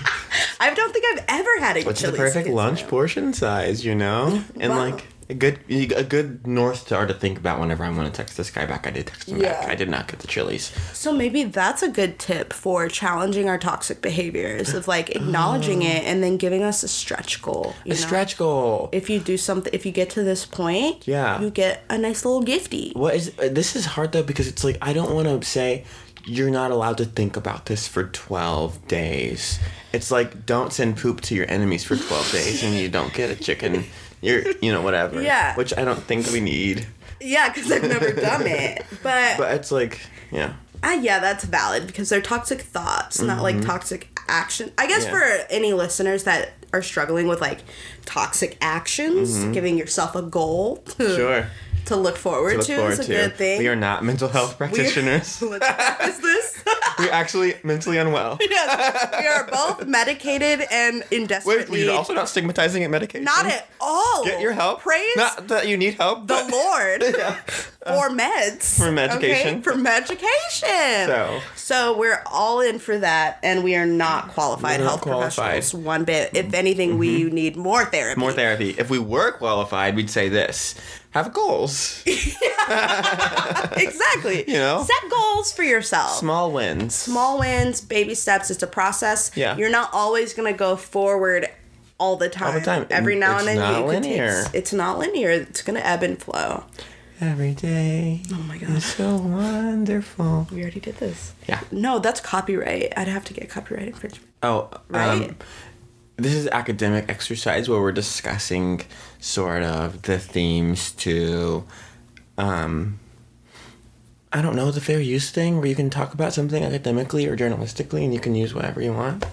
[SPEAKER 1] I don't think I've ever had a
[SPEAKER 2] It's the
[SPEAKER 1] Chili's
[SPEAKER 2] perfect
[SPEAKER 1] kid's
[SPEAKER 2] lunch
[SPEAKER 1] meal.
[SPEAKER 2] portion size, you know, and
[SPEAKER 1] Wow.
[SPEAKER 2] like a good a good north star to think about whenever I want to text this guy back. I did text him back.
[SPEAKER 1] Yeah.
[SPEAKER 2] I did not get the Chili's.
[SPEAKER 1] So maybe that's a good tip for challenging our toxic behaviors of like acknowledging it and then giving us a stretch goal. you
[SPEAKER 2] Mm. A
[SPEAKER 1] know?
[SPEAKER 2] stretch goal.
[SPEAKER 1] if you do something if you get to this point
[SPEAKER 2] Yeah.
[SPEAKER 1] you get a nice little gifty
[SPEAKER 2] What is uh, this is hard though because it's like I don't want to say you're not allowed to think about this for 12 days. It's like don't send poop to your enemies for 12 days and you don't get a chicken. You're you know whatever.
[SPEAKER 1] Yeah.
[SPEAKER 2] Which I don't think we need.
[SPEAKER 1] yeah because i've never
[SPEAKER 2] *laughs*
[SPEAKER 1] done it but,
[SPEAKER 2] But it's like yeah.
[SPEAKER 1] ah, yeah that's valid because they're toxic thoughts not like toxic action i guess
[SPEAKER 2] Mm-hmm. Yeah.
[SPEAKER 1] for any listeners that are struggling with like toxic actions giving yourself a goal to,
[SPEAKER 2] Mm-hmm. Sure.
[SPEAKER 1] to look forward to,
[SPEAKER 2] Look
[SPEAKER 1] is
[SPEAKER 2] forward
[SPEAKER 1] a
[SPEAKER 2] to.
[SPEAKER 1] good thing
[SPEAKER 2] We are not mental health
[SPEAKER 1] We- *laughs*
[SPEAKER 2] practitioners.
[SPEAKER 1] let's practice this
[SPEAKER 2] *laughs*
[SPEAKER 1] *laughs*
[SPEAKER 2] We're actually mentally unwell.
[SPEAKER 1] yes we are
[SPEAKER 2] *laughs*
[SPEAKER 1] both medicated and in
[SPEAKER 2] Wait,
[SPEAKER 1] desperate need.
[SPEAKER 2] you're also not stigmatizing it medication.
[SPEAKER 1] not at all
[SPEAKER 2] Get your help.
[SPEAKER 1] praise
[SPEAKER 2] *laughs* Not that you need help.
[SPEAKER 1] the
[SPEAKER 2] but-
[SPEAKER 1] lord
[SPEAKER 2] Yeah.
[SPEAKER 1] for meds.
[SPEAKER 2] for medication.
[SPEAKER 1] For medication.
[SPEAKER 2] So.
[SPEAKER 1] So we're all in for that, and we are not qualified
[SPEAKER 2] We're not
[SPEAKER 1] health
[SPEAKER 2] qualified. Mm-hmm.
[SPEAKER 1] professionals one bit. If anything, we need more therapy.
[SPEAKER 2] More therapy. If we were qualified, we'd say this have goals,
[SPEAKER 1] *laughs* exactly.
[SPEAKER 2] *laughs* You know?
[SPEAKER 1] set goals for yourself.
[SPEAKER 2] small wins.
[SPEAKER 1] Small wins, baby steps. It's a process.
[SPEAKER 2] Yeah.
[SPEAKER 1] You're not always gonna go forward all the time.
[SPEAKER 2] the time. Mm,
[SPEAKER 1] Every now and
[SPEAKER 2] It's
[SPEAKER 1] then,
[SPEAKER 2] not
[SPEAKER 1] you could-
[SPEAKER 2] linear.
[SPEAKER 1] It's, it's not linear. It's gonna ebb and flow.
[SPEAKER 2] Every day.
[SPEAKER 1] Oh my gosh.
[SPEAKER 2] So wonderful.
[SPEAKER 1] We already did this.
[SPEAKER 2] Mm. Yeah.
[SPEAKER 1] No, that's copyright. I'd have to get copyright infringement.
[SPEAKER 2] Oh,
[SPEAKER 1] Right?
[SPEAKER 2] Um, this is academic exercise where we're discussing sort of the themes to, um, I don't know, the fair use thing where you can talk about something academically or journalistically and you can use whatever you want.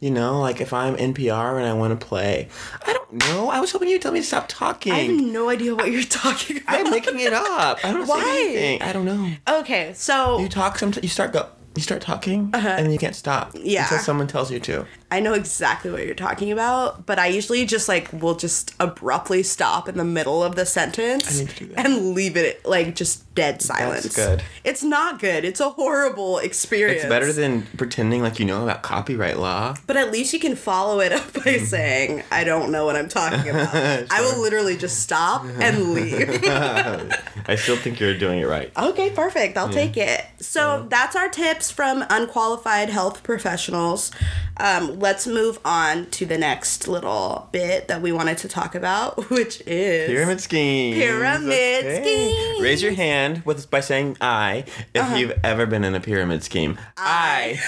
[SPEAKER 2] You know, like if I'm NPR and I want to play, I don't know. I was hoping you'd tell me to stop
[SPEAKER 1] I have
[SPEAKER 2] talking.
[SPEAKER 1] no idea what you're *laughs* talking about.
[SPEAKER 2] I'm making it up. I don't
[SPEAKER 1] Why?
[SPEAKER 2] say anything. I don't know.
[SPEAKER 1] okay, so
[SPEAKER 2] You talk sometimes. You start go. You start talking, and you can't stop
[SPEAKER 1] Uh-huh. Yeah.
[SPEAKER 2] until someone tells you to.
[SPEAKER 1] I know exactly what you're talking about, but I usually just like will just abruptly stop in the middle of the sentence
[SPEAKER 2] I need to do that.
[SPEAKER 1] and leave it like just dead silence.
[SPEAKER 2] good.
[SPEAKER 1] It's not good. It's a horrible experience.
[SPEAKER 2] It's better than pretending like you know about copyright law.
[SPEAKER 1] But at least you can follow it up by
[SPEAKER 2] Mm.
[SPEAKER 1] saying, I don't know what I'm talking about.
[SPEAKER 2] *laughs*
[SPEAKER 1] I will literally just stop and leave.
[SPEAKER 2] I still think you're doing it
[SPEAKER 1] *laughs*
[SPEAKER 2] right.
[SPEAKER 1] okay, perfect. I'll take it. So that's our tips from unqualified health professionals. Um, let's move on to the next little bit that we wanted to talk about, *laughs* which is *laughs*
[SPEAKER 2] Pyramid schemes.
[SPEAKER 1] Pyramid schemes. Uh-huh.
[SPEAKER 2] Raise your hand with by saying "I" if you've ever been in a pyramid scheme. I.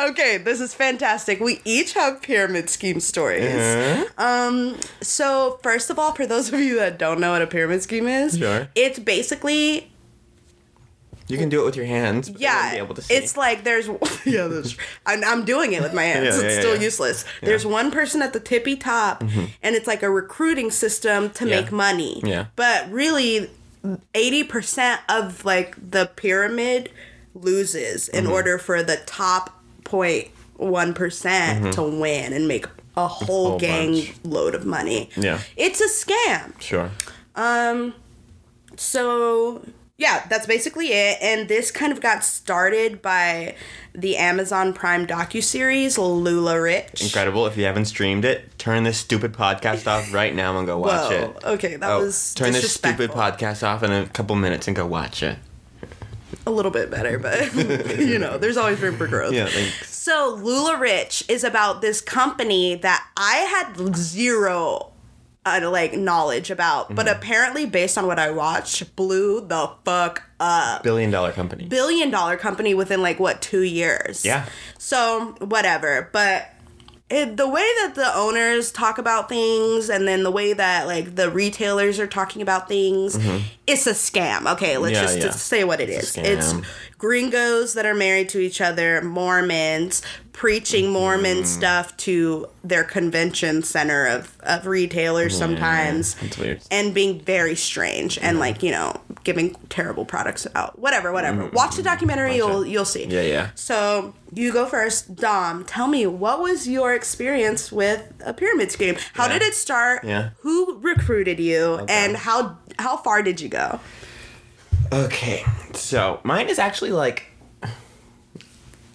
[SPEAKER 1] Okay, this is fantastic. We each have pyramid scheme stories. *laughs* Um, so first of all, for those of you that don't know what a pyramid scheme is,
[SPEAKER 2] Sure.
[SPEAKER 1] it's basically
[SPEAKER 2] You can do it with your hands. But
[SPEAKER 1] yeah,
[SPEAKER 2] Be able to see.
[SPEAKER 1] it's like there's *laughs* yeah, there's and I'm doing it with
[SPEAKER 2] *laughs*
[SPEAKER 1] my hands.
[SPEAKER 2] Yeah,
[SPEAKER 1] it's
[SPEAKER 2] yeah,
[SPEAKER 1] still
[SPEAKER 2] yeah. Mm-hmm.
[SPEAKER 1] useless. There's one person at the tippy top, and it's like a recruiting system to
[SPEAKER 2] Yeah.
[SPEAKER 1] make money.
[SPEAKER 2] Yeah.
[SPEAKER 1] but really, eighty percent of like the pyramid loses
[SPEAKER 2] Mm-hmm.
[SPEAKER 1] in order for the top point one percent to win and make a whole
[SPEAKER 2] Mm-hmm. whole
[SPEAKER 1] gang
[SPEAKER 2] bunch.
[SPEAKER 1] load of money.
[SPEAKER 2] Yeah.
[SPEAKER 1] it's a scam.
[SPEAKER 2] sure.
[SPEAKER 1] So yeah, that's basically it. And this kind of got started by the Amazon Prime docuseries Lula Rich.
[SPEAKER 2] Incredible. If you haven't streamed it, turn this stupid podcast off right now and go watch
[SPEAKER 1] Whoa.
[SPEAKER 2] it.
[SPEAKER 1] Okay, that
[SPEAKER 2] Oh,
[SPEAKER 1] was
[SPEAKER 2] turn this stupid
[SPEAKER 1] disrespectful.
[SPEAKER 2] podcast off in a couple minutes and go watch it.
[SPEAKER 1] A little bit better,
[SPEAKER 2] *laughs*
[SPEAKER 1] but *laughs* you know, there's always room for growth.
[SPEAKER 2] Yeah, thanks.
[SPEAKER 1] So Lula Rich is about this company that I had zero uh, like knowledge about, but
[SPEAKER 2] Mm-hmm.
[SPEAKER 1] apparently based on what I watched, blew the fuck up.
[SPEAKER 2] Billion dollar company.
[SPEAKER 1] Billion dollar company within like what two years?
[SPEAKER 2] Yeah.
[SPEAKER 1] So whatever, but it, the way that the owners talk about things, and then the way that like the retailers are talking about things, it's a scam. Okay, let's
[SPEAKER 2] Mm-hmm. Yeah,
[SPEAKER 1] just,
[SPEAKER 2] yeah.
[SPEAKER 1] just say what it is.
[SPEAKER 2] a
[SPEAKER 1] It's
[SPEAKER 2] scam.
[SPEAKER 1] gringos that are married to each other, Mormons
[SPEAKER 2] Mm-hmm.
[SPEAKER 1] preaching Mormon stuff to their convention center of of retailers sometimes
[SPEAKER 2] It's weird.
[SPEAKER 1] and being very strange and like you know giving terrible products out whatever whatever
[SPEAKER 2] Mm-hmm.
[SPEAKER 1] watch the documentary you'll you'll see
[SPEAKER 2] Yeah, yeah.
[SPEAKER 1] so you go first dom tell me what was your experience with a pyramid scheme how
[SPEAKER 2] Yeah.
[SPEAKER 1] did it start
[SPEAKER 2] Yeah.
[SPEAKER 1] who recruited you and how how far did you go
[SPEAKER 2] Okay, so mine is actually like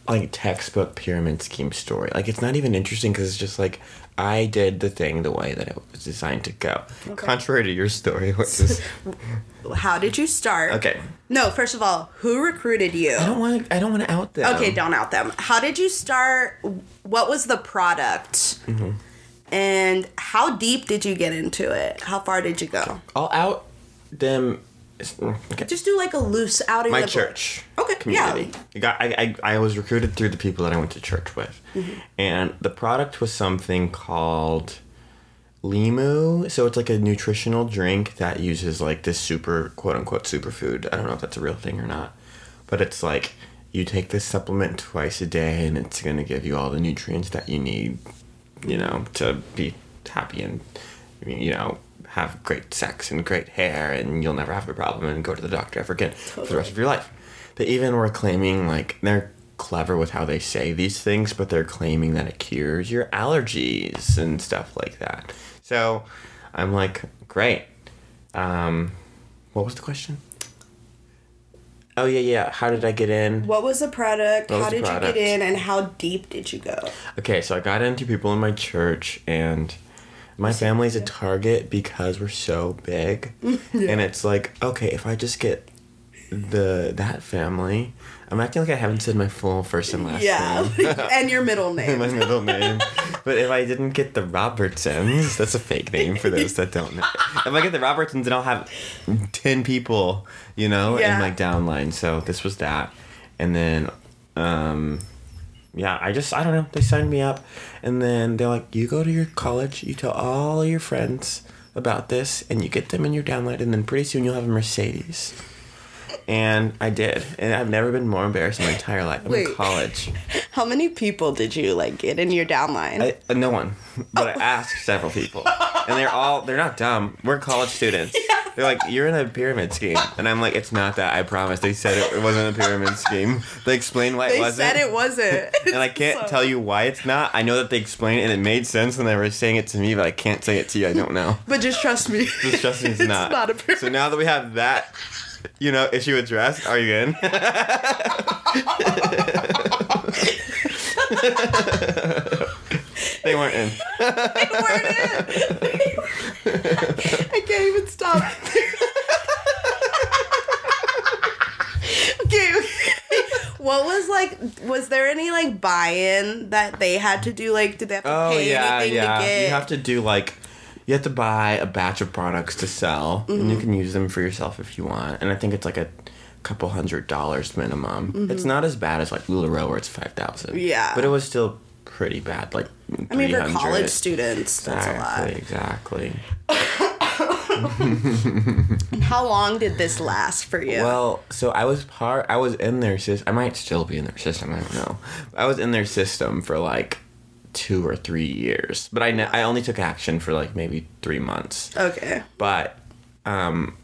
[SPEAKER 2] like textbook pyramid scheme story. Like it's not even interesting because it's just like I did the thing the way that it was designed to go. Contrary to your story,
[SPEAKER 1] *laughs*
[SPEAKER 2] which is
[SPEAKER 1] how did you start
[SPEAKER 2] okay.
[SPEAKER 1] no first of all who recruited you
[SPEAKER 2] I don't want to. I don't want to out them.
[SPEAKER 1] okay don't out them how did you start what was the product
[SPEAKER 2] Mm-hmm.
[SPEAKER 1] and how deep did you get into it how far did you go
[SPEAKER 2] I'll out them. Okay.
[SPEAKER 1] Just do like a loose outing.
[SPEAKER 2] my
[SPEAKER 1] of-
[SPEAKER 2] church
[SPEAKER 1] Okay,
[SPEAKER 2] community
[SPEAKER 1] yeah.
[SPEAKER 2] I got I, I, I was recruited through the people that i went to church with
[SPEAKER 1] Mm-hmm.
[SPEAKER 2] and the product was something called limu so it's like a nutritional drink that uses like this super quote unquote superfood i don't know if that's a real thing or not but it's like you take this supplement twice a day and it's going to give you all the nutrients that you need you know to be happy and you know have great sex and great hair and you'll never have a problem and go to the doctor ever again for the rest of your life they even were claiming like they're clever with how they say these things but they're claiming that it cures your allergies and stuff like that so i'm like great Um, What was the question? Oh yeah, yeah. How did I get in?
[SPEAKER 1] What was the product?
[SPEAKER 2] What was
[SPEAKER 1] how
[SPEAKER 2] the
[SPEAKER 1] did you
[SPEAKER 2] product?
[SPEAKER 1] get in? And how deep did you go?
[SPEAKER 2] Okay, so I got in through people in my church, and my family's a target because we're so big, and it's like, okay, if I just get the that family, I'm acting like I haven't said my full first and last
[SPEAKER 1] Yeah. *laughs*
[SPEAKER 2] name.
[SPEAKER 1] and your
[SPEAKER 2] *laughs*
[SPEAKER 1] middle
[SPEAKER 2] my
[SPEAKER 1] name.
[SPEAKER 2] middle name. But if I didn't get the Robertsons, that's a fake name for those that don't know. If I get the Robertsons, then I'll have 10 people, you know,
[SPEAKER 1] Yeah.
[SPEAKER 2] in my downline. So this was that. And then, um, yeah, I just, I don't know. They signed me up. And then they're like, you go to your college, you tell all your friends about this, and you get them in your downline, and then pretty soon you'll have a Mercedes. And I did. And I've never been more embarrassed in my entire life. I'm in
[SPEAKER 1] Wait.
[SPEAKER 2] college.
[SPEAKER 1] How many people did you like get in your downline?
[SPEAKER 2] I, uh, no one,
[SPEAKER 1] Oh.
[SPEAKER 2] but I asked several people, and they're all—they're not dumb. We're
[SPEAKER 1] *laughs*
[SPEAKER 2] college students. They're like, "You're in a pyramid scheme," and I'm like, "It's not that. I promise." They said it, it wasn't a pyramid scheme. *laughs* They explained why it
[SPEAKER 1] they
[SPEAKER 2] wasn't,
[SPEAKER 1] said it wasn't.
[SPEAKER 2] *laughs*
[SPEAKER 1] *laughs*
[SPEAKER 2] and I can't
[SPEAKER 1] So-
[SPEAKER 2] tell you why it's not. I know that they explained it, and it made sense when they were saying it to me, but I can't say it to you. I
[SPEAKER 1] *laughs*
[SPEAKER 2] don't know.
[SPEAKER 1] But just trust me.
[SPEAKER 2] This
[SPEAKER 1] *laughs*
[SPEAKER 2] Justin's
[SPEAKER 1] it's
[SPEAKER 2] not.
[SPEAKER 1] a pyramid.
[SPEAKER 2] So now that we have that, you know, issue addressed, are
[SPEAKER 1] *laughs*
[SPEAKER 2] you in? *laughs* they weren't in.
[SPEAKER 1] *laughs* Where it is? *laughs* I can't even stop. *laughs* okay. What was like? Was there any like buy-in that they had to do? Like, did they have to
[SPEAKER 2] Oh
[SPEAKER 1] pay
[SPEAKER 2] yeah,
[SPEAKER 1] anything
[SPEAKER 2] yeah.
[SPEAKER 1] to get?
[SPEAKER 2] You have to do like you have to buy a batch of products to sell, and
[SPEAKER 1] Mm-hmm.
[SPEAKER 2] you can use them for yourself if you want. And I think it's like a couple hundred dollars minimum. It's not as bad as like Lularoe where it's five thousand.
[SPEAKER 1] Mm-hmm. Yeah.
[SPEAKER 2] but it was still pretty bad. Like
[SPEAKER 1] I mean, for
[SPEAKER 2] 300.
[SPEAKER 1] college students, that's a lot.
[SPEAKER 2] Exactly, exactly.
[SPEAKER 1] How long did this last for you?
[SPEAKER 2] Well, so I was part. I was in their system. I might still be in their system. I don't know. I was in their system for like two or three years, but I ne- I only took action for like maybe three months.
[SPEAKER 1] okay.
[SPEAKER 2] but um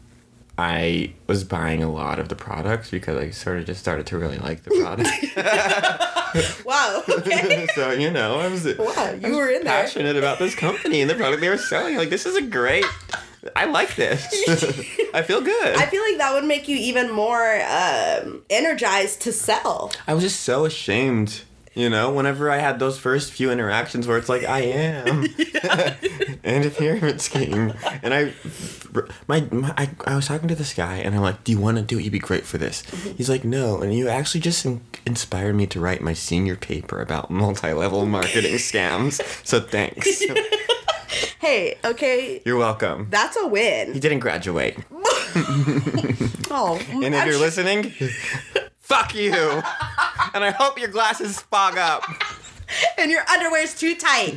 [SPEAKER 2] I was buying a lot of the products because I sort of just started to really like the product. *laughs*
[SPEAKER 1] Wow. Okay.
[SPEAKER 2] so you know, I was
[SPEAKER 1] Wow, you
[SPEAKER 2] I was
[SPEAKER 1] were in there.
[SPEAKER 2] passionate about this company and the product they were selling. Like this is a great. I like this. *laughs* I feel good.
[SPEAKER 1] I
[SPEAKER 2] I,
[SPEAKER 1] feel like that would make you even more um, energized to sell.
[SPEAKER 2] was just so ashamed. You know, whenever I had those first few interactions where it's like, I am, *laughs* and a pyramid scheme, and I, my, my I, I was talking to this guy, and I'm like, "Do you want to do it? You'd be great for this." He's like, "No," and you actually just in- inspired me to write my senior paper about multi-level marketing scams. So thanks.
[SPEAKER 1] Hey, okay,
[SPEAKER 2] You're welcome.
[SPEAKER 1] that's a
[SPEAKER 2] He
[SPEAKER 1] win.
[SPEAKER 2] didn't graduate,
[SPEAKER 1] *laughs* Oh,
[SPEAKER 2] and if
[SPEAKER 1] I'm
[SPEAKER 2] you're
[SPEAKER 1] sure-
[SPEAKER 2] listening, fuck you, and I hope your glasses fog up.
[SPEAKER 1] and your underwear's too
[SPEAKER 2] *laughs*
[SPEAKER 1] tight,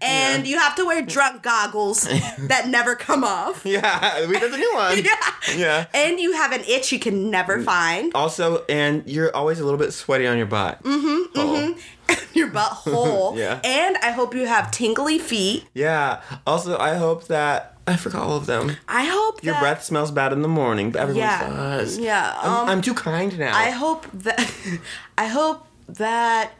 [SPEAKER 1] and you have to wear drunk goggles that never come off.
[SPEAKER 2] *laughs* Yeah, we did the new one.
[SPEAKER 1] *laughs* Yeah.
[SPEAKER 2] Yeah.
[SPEAKER 1] And you have an itch you can
[SPEAKER 2] Mm.
[SPEAKER 1] never find. *laughs*
[SPEAKER 2] Also, and you're always a little bit sweaty on your butt. Mm-hmm. Mm-hmm.
[SPEAKER 1] Your butthole.
[SPEAKER 2] *laughs* Yeah.
[SPEAKER 1] And I hope you have tingly feet.
[SPEAKER 2] Yeah. Also, I hope that I forgot all of them.
[SPEAKER 1] I hope
[SPEAKER 2] Your
[SPEAKER 1] that-
[SPEAKER 2] breath smells bad in the morning, but everyone
[SPEAKER 1] Yeah.
[SPEAKER 2] does.
[SPEAKER 1] Yeah,
[SPEAKER 2] I'm,
[SPEAKER 1] um,
[SPEAKER 2] I'm too kind now.
[SPEAKER 1] I hope that. *laughs* I hope that.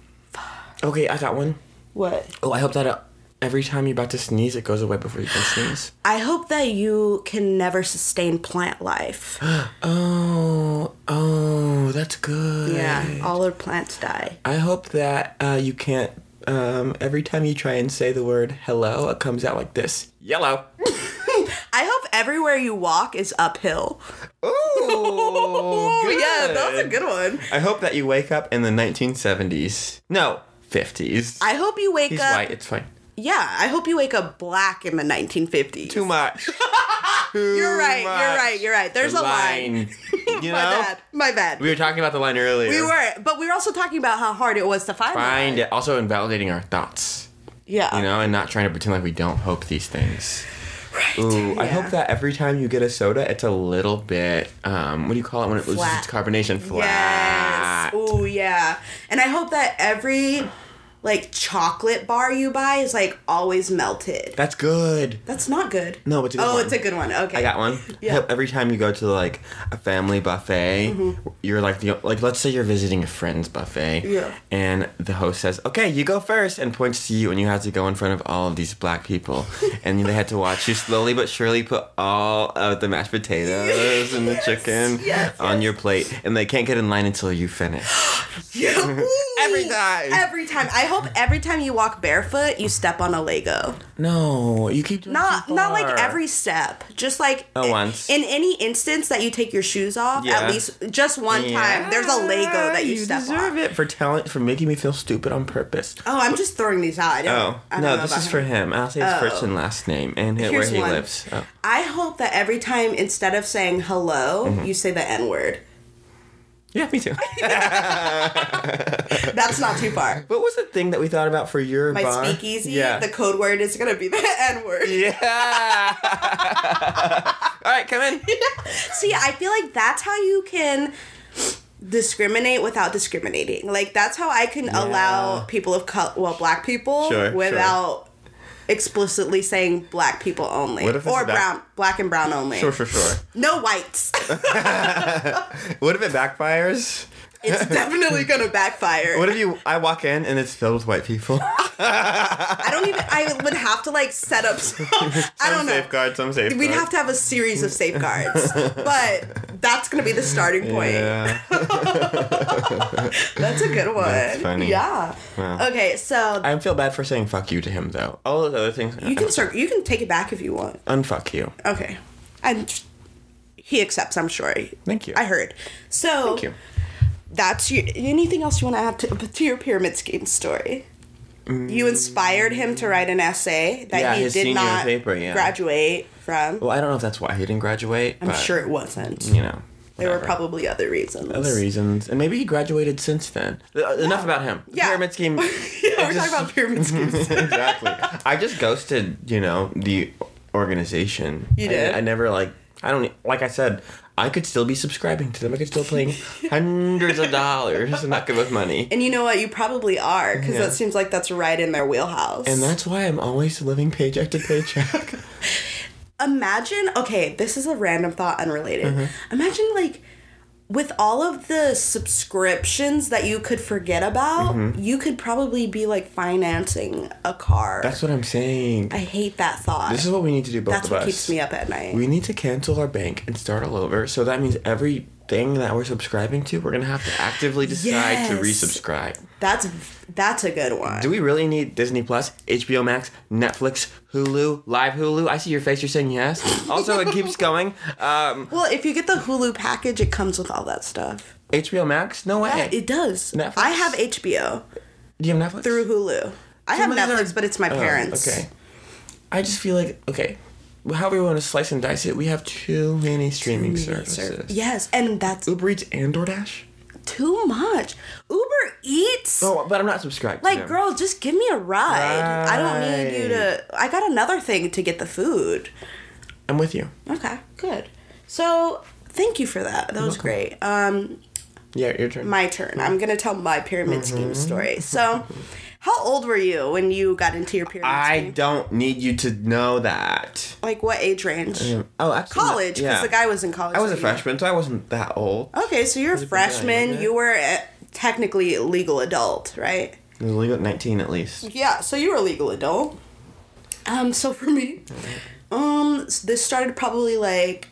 [SPEAKER 2] *laughs* okay, I got one.
[SPEAKER 1] What?
[SPEAKER 2] Oh, I hope that uh, every time you're about to sneeze, it goes away before you
[SPEAKER 1] *laughs*
[SPEAKER 2] can sneeze.
[SPEAKER 1] I hope that you can never sustain plant
[SPEAKER 2] *sighs*
[SPEAKER 1] life.
[SPEAKER 2] Oh, oh, that's good.
[SPEAKER 1] Yeah, all our plants die.
[SPEAKER 2] I hope that uh, you can't. Um, every time you try and say the word hello, it comes out like this yellow.
[SPEAKER 1] I hope everywhere you walk is uphill.
[SPEAKER 2] Oh,
[SPEAKER 1] Oh *laughs* yeah, that was a good one.
[SPEAKER 2] I hope that you wake up in the 1970s. No, 50s.
[SPEAKER 1] I hope you wake
[SPEAKER 2] He's
[SPEAKER 1] up.
[SPEAKER 2] white. It's fine.
[SPEAKER 1] Yeah, I hope you wake up black in the 1950s.
[SPEAKER 2] Too much.
[SPEAKER 1] *laughs* you're right. You're right. You're right. There's a line. *laughs* My
[SPEAKER 2] You know,
[SPEAKER 1] bad. My bad.
[SPEAKER 2] we
[SPEAKER 1] We,
[SPEAKER 2] were talking about the line earlier.
[SPEAKER 1] were, but we were also talking about how hard it was to find. a line.
[SPEAKER 2] find it also invalidating our thoughts.
[SPEAKER 1] Yeah.
[SPEAKER 2] You know, and not trying to pretend like we don't hope these things.
[SPEAKER 1] Right.
[SPEAKER 2] Ooh, I
[SPEAKER 1] Yeah.
[SPEAKER 2] hope that every time you get a soda, it's a little bit. Um, what do you call it when it loses
[SPEAKER 1] Flat.
[SPEAKER 2] its carbonation?
[SPEAKER 1] Yes.
[SPEAKER 2] Flat.
[SPEAKER 1] Oh yeah. And I hope that every like chocolate bar you buy is like always melted.
[SPEAKER 2] That's good.
[SPEAKER 1] That's not good.
[SPEAKER 2] No, it's a good
[SPEAKER 1] Oh,
[SPEAKER 2] one.
[SPEAKER 1] it's a good one. Okay.
[SPEAKER 2] I got one.
[SPEAKER 1] Yeah.
[SPEAKER 2] Every time you go to like a family buffet,
[SPEAKER 1] Mm-hmm.
[SPEAKER 2] you're like the like let's say you're visiting a friend's buffet.
[SPEAKER 1] Yeah.
[SPEAKER 2] And the host says, "Okay, you go first," and points to you, and you have to go in front of all of these black
[SPEAKER 1] *laughs*
[SPEAKER 2] people, and they had to watch you slowly but surely put all of the mashed potatoes and the chicken
[SPEAKER 1] yes,
[SPEAKER 2] on
[SPEAKER 1] yes.
[SPEAKER 2] your plate, and they can't get in line until you
[SPEAKER 1] *laughs*
[SPEAKER 2] finish.
[SPEAKER 1] *gasps* Yeah.
[SPEAKER 2] *laughs* Every time.
[SPEAKER 1] Every time. I hope every time you walk barefoot, you step on a Lego.
[SPEAKER 2] No, you keep doing
[SPEAKER 1] Not
[SPEAKER 2] too
[SPEAKER 1] not like
[SPEAKER 2] far.
[SPEAKER 1] every step. Just like
[SPEAKER 2] Oh, once.
[SPEAKER 1] in any instance that you take your shoes off,
[SPEAKER 2] Yeah.
[SPEAKER 1] at least just one time, there's a Lego that you,
[SPEAKER 2] Yeah,
[SPEAKER 1] step
[SPEAKER 2] Ah, deserve
[SPEAKER 1] on.
[SPEAKER 2] it for telling for making me feel stupid on purpose.
[SPEAKER 1] Oh, I'm just throwing these out. I don't,
[SPEAKER 2] Oh
[SPEAKER 1] I don't
[SPEAKER 2] no,
[SPEAKER 1] know
[SPEAKER 2] this
[SPEAKER 1] about
[SPEAKER 2] is
[SPEAKER 1] him. Oh.
[SPEAKER 2] for him. I'll say his first and last name and hit where
[SPEAKER 1] Here's
[SPEAKER 2] he
[SPEAKER 1] one.
[SPEAKER 2] lives. Oh.
[SPEAKER 1] I hope that every time instead of saying hello,
[SPEAKER 2] Mm-hmm.
[SPEAKER 1] you say the N word.
[SPEAKER 2] Yeah, me too.
[SPEAKER 1] That's not too
[SPEAKER 2] *laughs*
[SPEAKER 1] far.
[SPEAKER 2] *laughs* what was the thing that we thought about for your
[SPEAKER 1] My
[SPEAKER 2] bar?
[SPEAKER 1] speakeasy,
[SPEAKER 2] Yeah.
[SPEAKER 1] the code word is gonna be the *laughs* N word.
[SPEAKER 2] *laughs* yeah. All right, come in.
[SPEAKER 1] See, I feel like that's how you can discriminate without discriminating. Like that's how I can allow people of color, well, black people,
[SPEAKER 2] Sure, sure.
[SPEAKER 1] without explicitly saying black people only
[SPEAKER 2] What if it's
[SPEAKER 1] or
[SPEAKER 2] about-
[SPEAKER 1] brown, black and brown only.
[SPEAKER 2] Sure, sure, sure.
[SPEAKER 1] No
[SPEAKER 2] *laughs*
[SPEAKER 1] whites.
[SPEAKER 2] What if it backfires?
[SPEAKER 1] it's definitely gonna backfire.
[SPEAKER 2] What if you? I walk in and it's filled with white people.
[SPEAKER 1] I don't even. I would have to like set
[SPEAKER 2] *laughs*
[SPEAKER 1] up. *laughs* Some, I don't
[SPEAKER 2] some
[SPEAKER 1] know.
[SPEAKER 2] safeguards. Some safeguards.
[SPEAKER 1] We'd have to have a series of safeguards, but that's gonna be the starting point.
[SPEAKER 2] Yeah.
[SPEAKER 1] That's a good one.
[SPEAKER 2] funny.
[SPEAKER 1] Yeah.
[SPEAKER 2] Wow.
[SPEAKER 1] Okay, so
[SPEAKER 2] I feel bad for saying fuck you to him though. All those other things.
[SPEAKER 1] You can start. You can take it back if you want.
[SPEAKER 2] unfuck you.
[SPEAKER 1] Okay, and he accepts. I'm sure.
[SPEAKER 2] Thank you.
[SPEAKER 1] I heard. So
[SPEAKER 2] Thank you.
[SPEAKER 1] that's your. Anything else you want to add to, to your pyramid scheme story? You inspired him to write an essay that
[SPEAKER 2] Mm. Yeah,
[SPEAKER 1] he
[SPEAKER 2] his
[SPEAKER 1] did
[SPEAKER 2] senior
[SPEAKER 1] not
[SPEAKER 2] paper, yeah.
[SPEAKER 1] graduate from.
[SPEAKER 2] Well, I don't know if that's why he didn't graduate.
[SPEAKER 1] I'm sure it wasn't.
[SPEAKER 2] You know.
[SPEAKER 1] there were
[SPEAKER 2] whatever.
[SPEAKER 1] probably other reasons.
[SPEAKER 2] other reasons, and maybe he graduated since then. Uh, Enough about him. The
[SPEAKER 1] Yeah.
[SPEAKER 2] Pyramid
[SPEAKER 1] *laughs* *laughs*
[SPEAKER 2] scheme.
[SPEAKER 1] yeah, we're
[SPEAKER 2] just-
[SPEAKER 1] talking about pyramid
[SPEAKER 2] *laughs*
[SPEAKER 1] schemes.
[SPEAKER 2] exactly. I just ghosted, you know, the organization.
[SPEAKER 1] You
[SPEAKER 2] I-
[SPEAKER 1] did?
[SPEAKER 2] I, never like. I don't e, like. I said I could still be subscribing to them. I could
[SPEAKER 1] *laughs*
[SPEAKER 2] still pay hundreds of dollars and not give up money.
[SPEAKER 1] and you know what? You probably are because
[SPEAKER 2] Yeah.
[SPEAKER 1] that seems like that's right in their wheelhouse.
[SPEAKER 2] And that's why I'm always living paycheck
[SPEAKER 1] *laughs*
[SPEAKER 2] to paycheck.
[SPEAKER 1] imagine okay this is a random thought unrelated
[SPEAKER 2] Mm-hmm.
[SPEAKER 1] imagine like with all of the subscriptions that you could forget about
[SPEAKER 2] Mm-hmm.
[SPEAKER 1] you could probably be like financing a car
[SPEAKER 2] That's what I'm saying.
[SPEAKER 1] i hate that thought
[SPEAKER 2] This is what we need to do, both
[SPEAKER 1] that's
[SPEAKER 2] of
[SPEAKER 1] what
[SPEAKER 2] us.
[SPEAKER 1] keeps me up at night
[SPEAKER 2] We need to cancel our bank and start all over. So that means everything that we're subscribing to, we're gonna have to actively decide to
[SPEAKER 1] Yes.
[SPEAKER 2] resubscribe.
[SPEAKER 1] that's that's a good one
[SPEAKER 2] Do we really need Disney Plus, HBO Max, Netflix, Hulu, Live Hulu? I see your face. You're
[SPEAKER 1] *laughs*
[SPEAKER 2] saying yes. Also, it keeps going. Um,
[SPEAKER 1] well if you get the hulu package it comes with all that stuff
[SPEAKER 2] HBO Max? No way.
[SPEAKER 1] it does
[SPEAKER 2] Netflix?
[SPEAKER 1] i have hbo
[SPEAKER 2] Do you have Netflix?
[SPEAKER 1] through hulu i
[SPEAKER 2] Some
[SPEAKER 1] have
[SPEAKER 2] of these
[SPEAKER 1] netflix
[SPEAKER 2] are-
[SPEAKER 1] but it's my
[SPEAKER 2] Oh,
[SPEAKER 1] parents
[SPEAKER 2] okay. I just feel like okay. However you want to slice and dice it, we have too many streaming services.
[SPEAKER 1] yes and that's
[SPEAKER 2] Uber Eats and DoorDash.
[SPEAKER 1] too much uber eats
[SPEAKER 2] Oh, but I'm not subscribed.
[SPEAKER 1] Like,
[SPEAKER 2] to them.
[SPEAKER 1] girl, just give me a ride. I don't need you to. I got another thing to get the food.
[SPEAKER 2] I'm with you.
[SPEAKER 1] Okay, good. So, thank you for that. That was
[SPEAKER 2] Mm-hmm.
[SPEAKER 1] great. Um,
[SPEAKER 2] Yeah, your turn.
[SPEAKER 1] my turn. I'm gonna tell my pyramid
[SPEAKER 2] Mm-hmm.
[SPEAKER 1] scheme story. So, how old were you when you got into your pyramid
[SPEAKER 2] I
[SPEAKER 1] scheme?
[SPEAKER 2] don't need you to know that.
[SPEAKER 1] Like, what age range?
[SPEAKER 2] Oh, actually,
[SPEAKER 1] College, because
[SPEAKER 2] Yeah.
[SPEAKER 1] the guy was in college.
[SPEAKER 2] I was a
[SPEAKER 1] with you.
[SPEAKER 2] freshman, so I wasn't that old.
[SPEAKER 1] Okay, so you're a
[SPEAKER 2] a big guy,
[SPEAKER 1] freshman.
[SPEAKER 2] yeah.
[SPEAKER 1] You were a, technically a legal adult, right?
[SPEAKER 2] I was legal at 19 at
[SPEAKER 1] *laughs*
[SPEAKER 2] least.
[SPEAKER 1] Yeah, so you were a legal adult. Um, so for me, um, s- this started probably like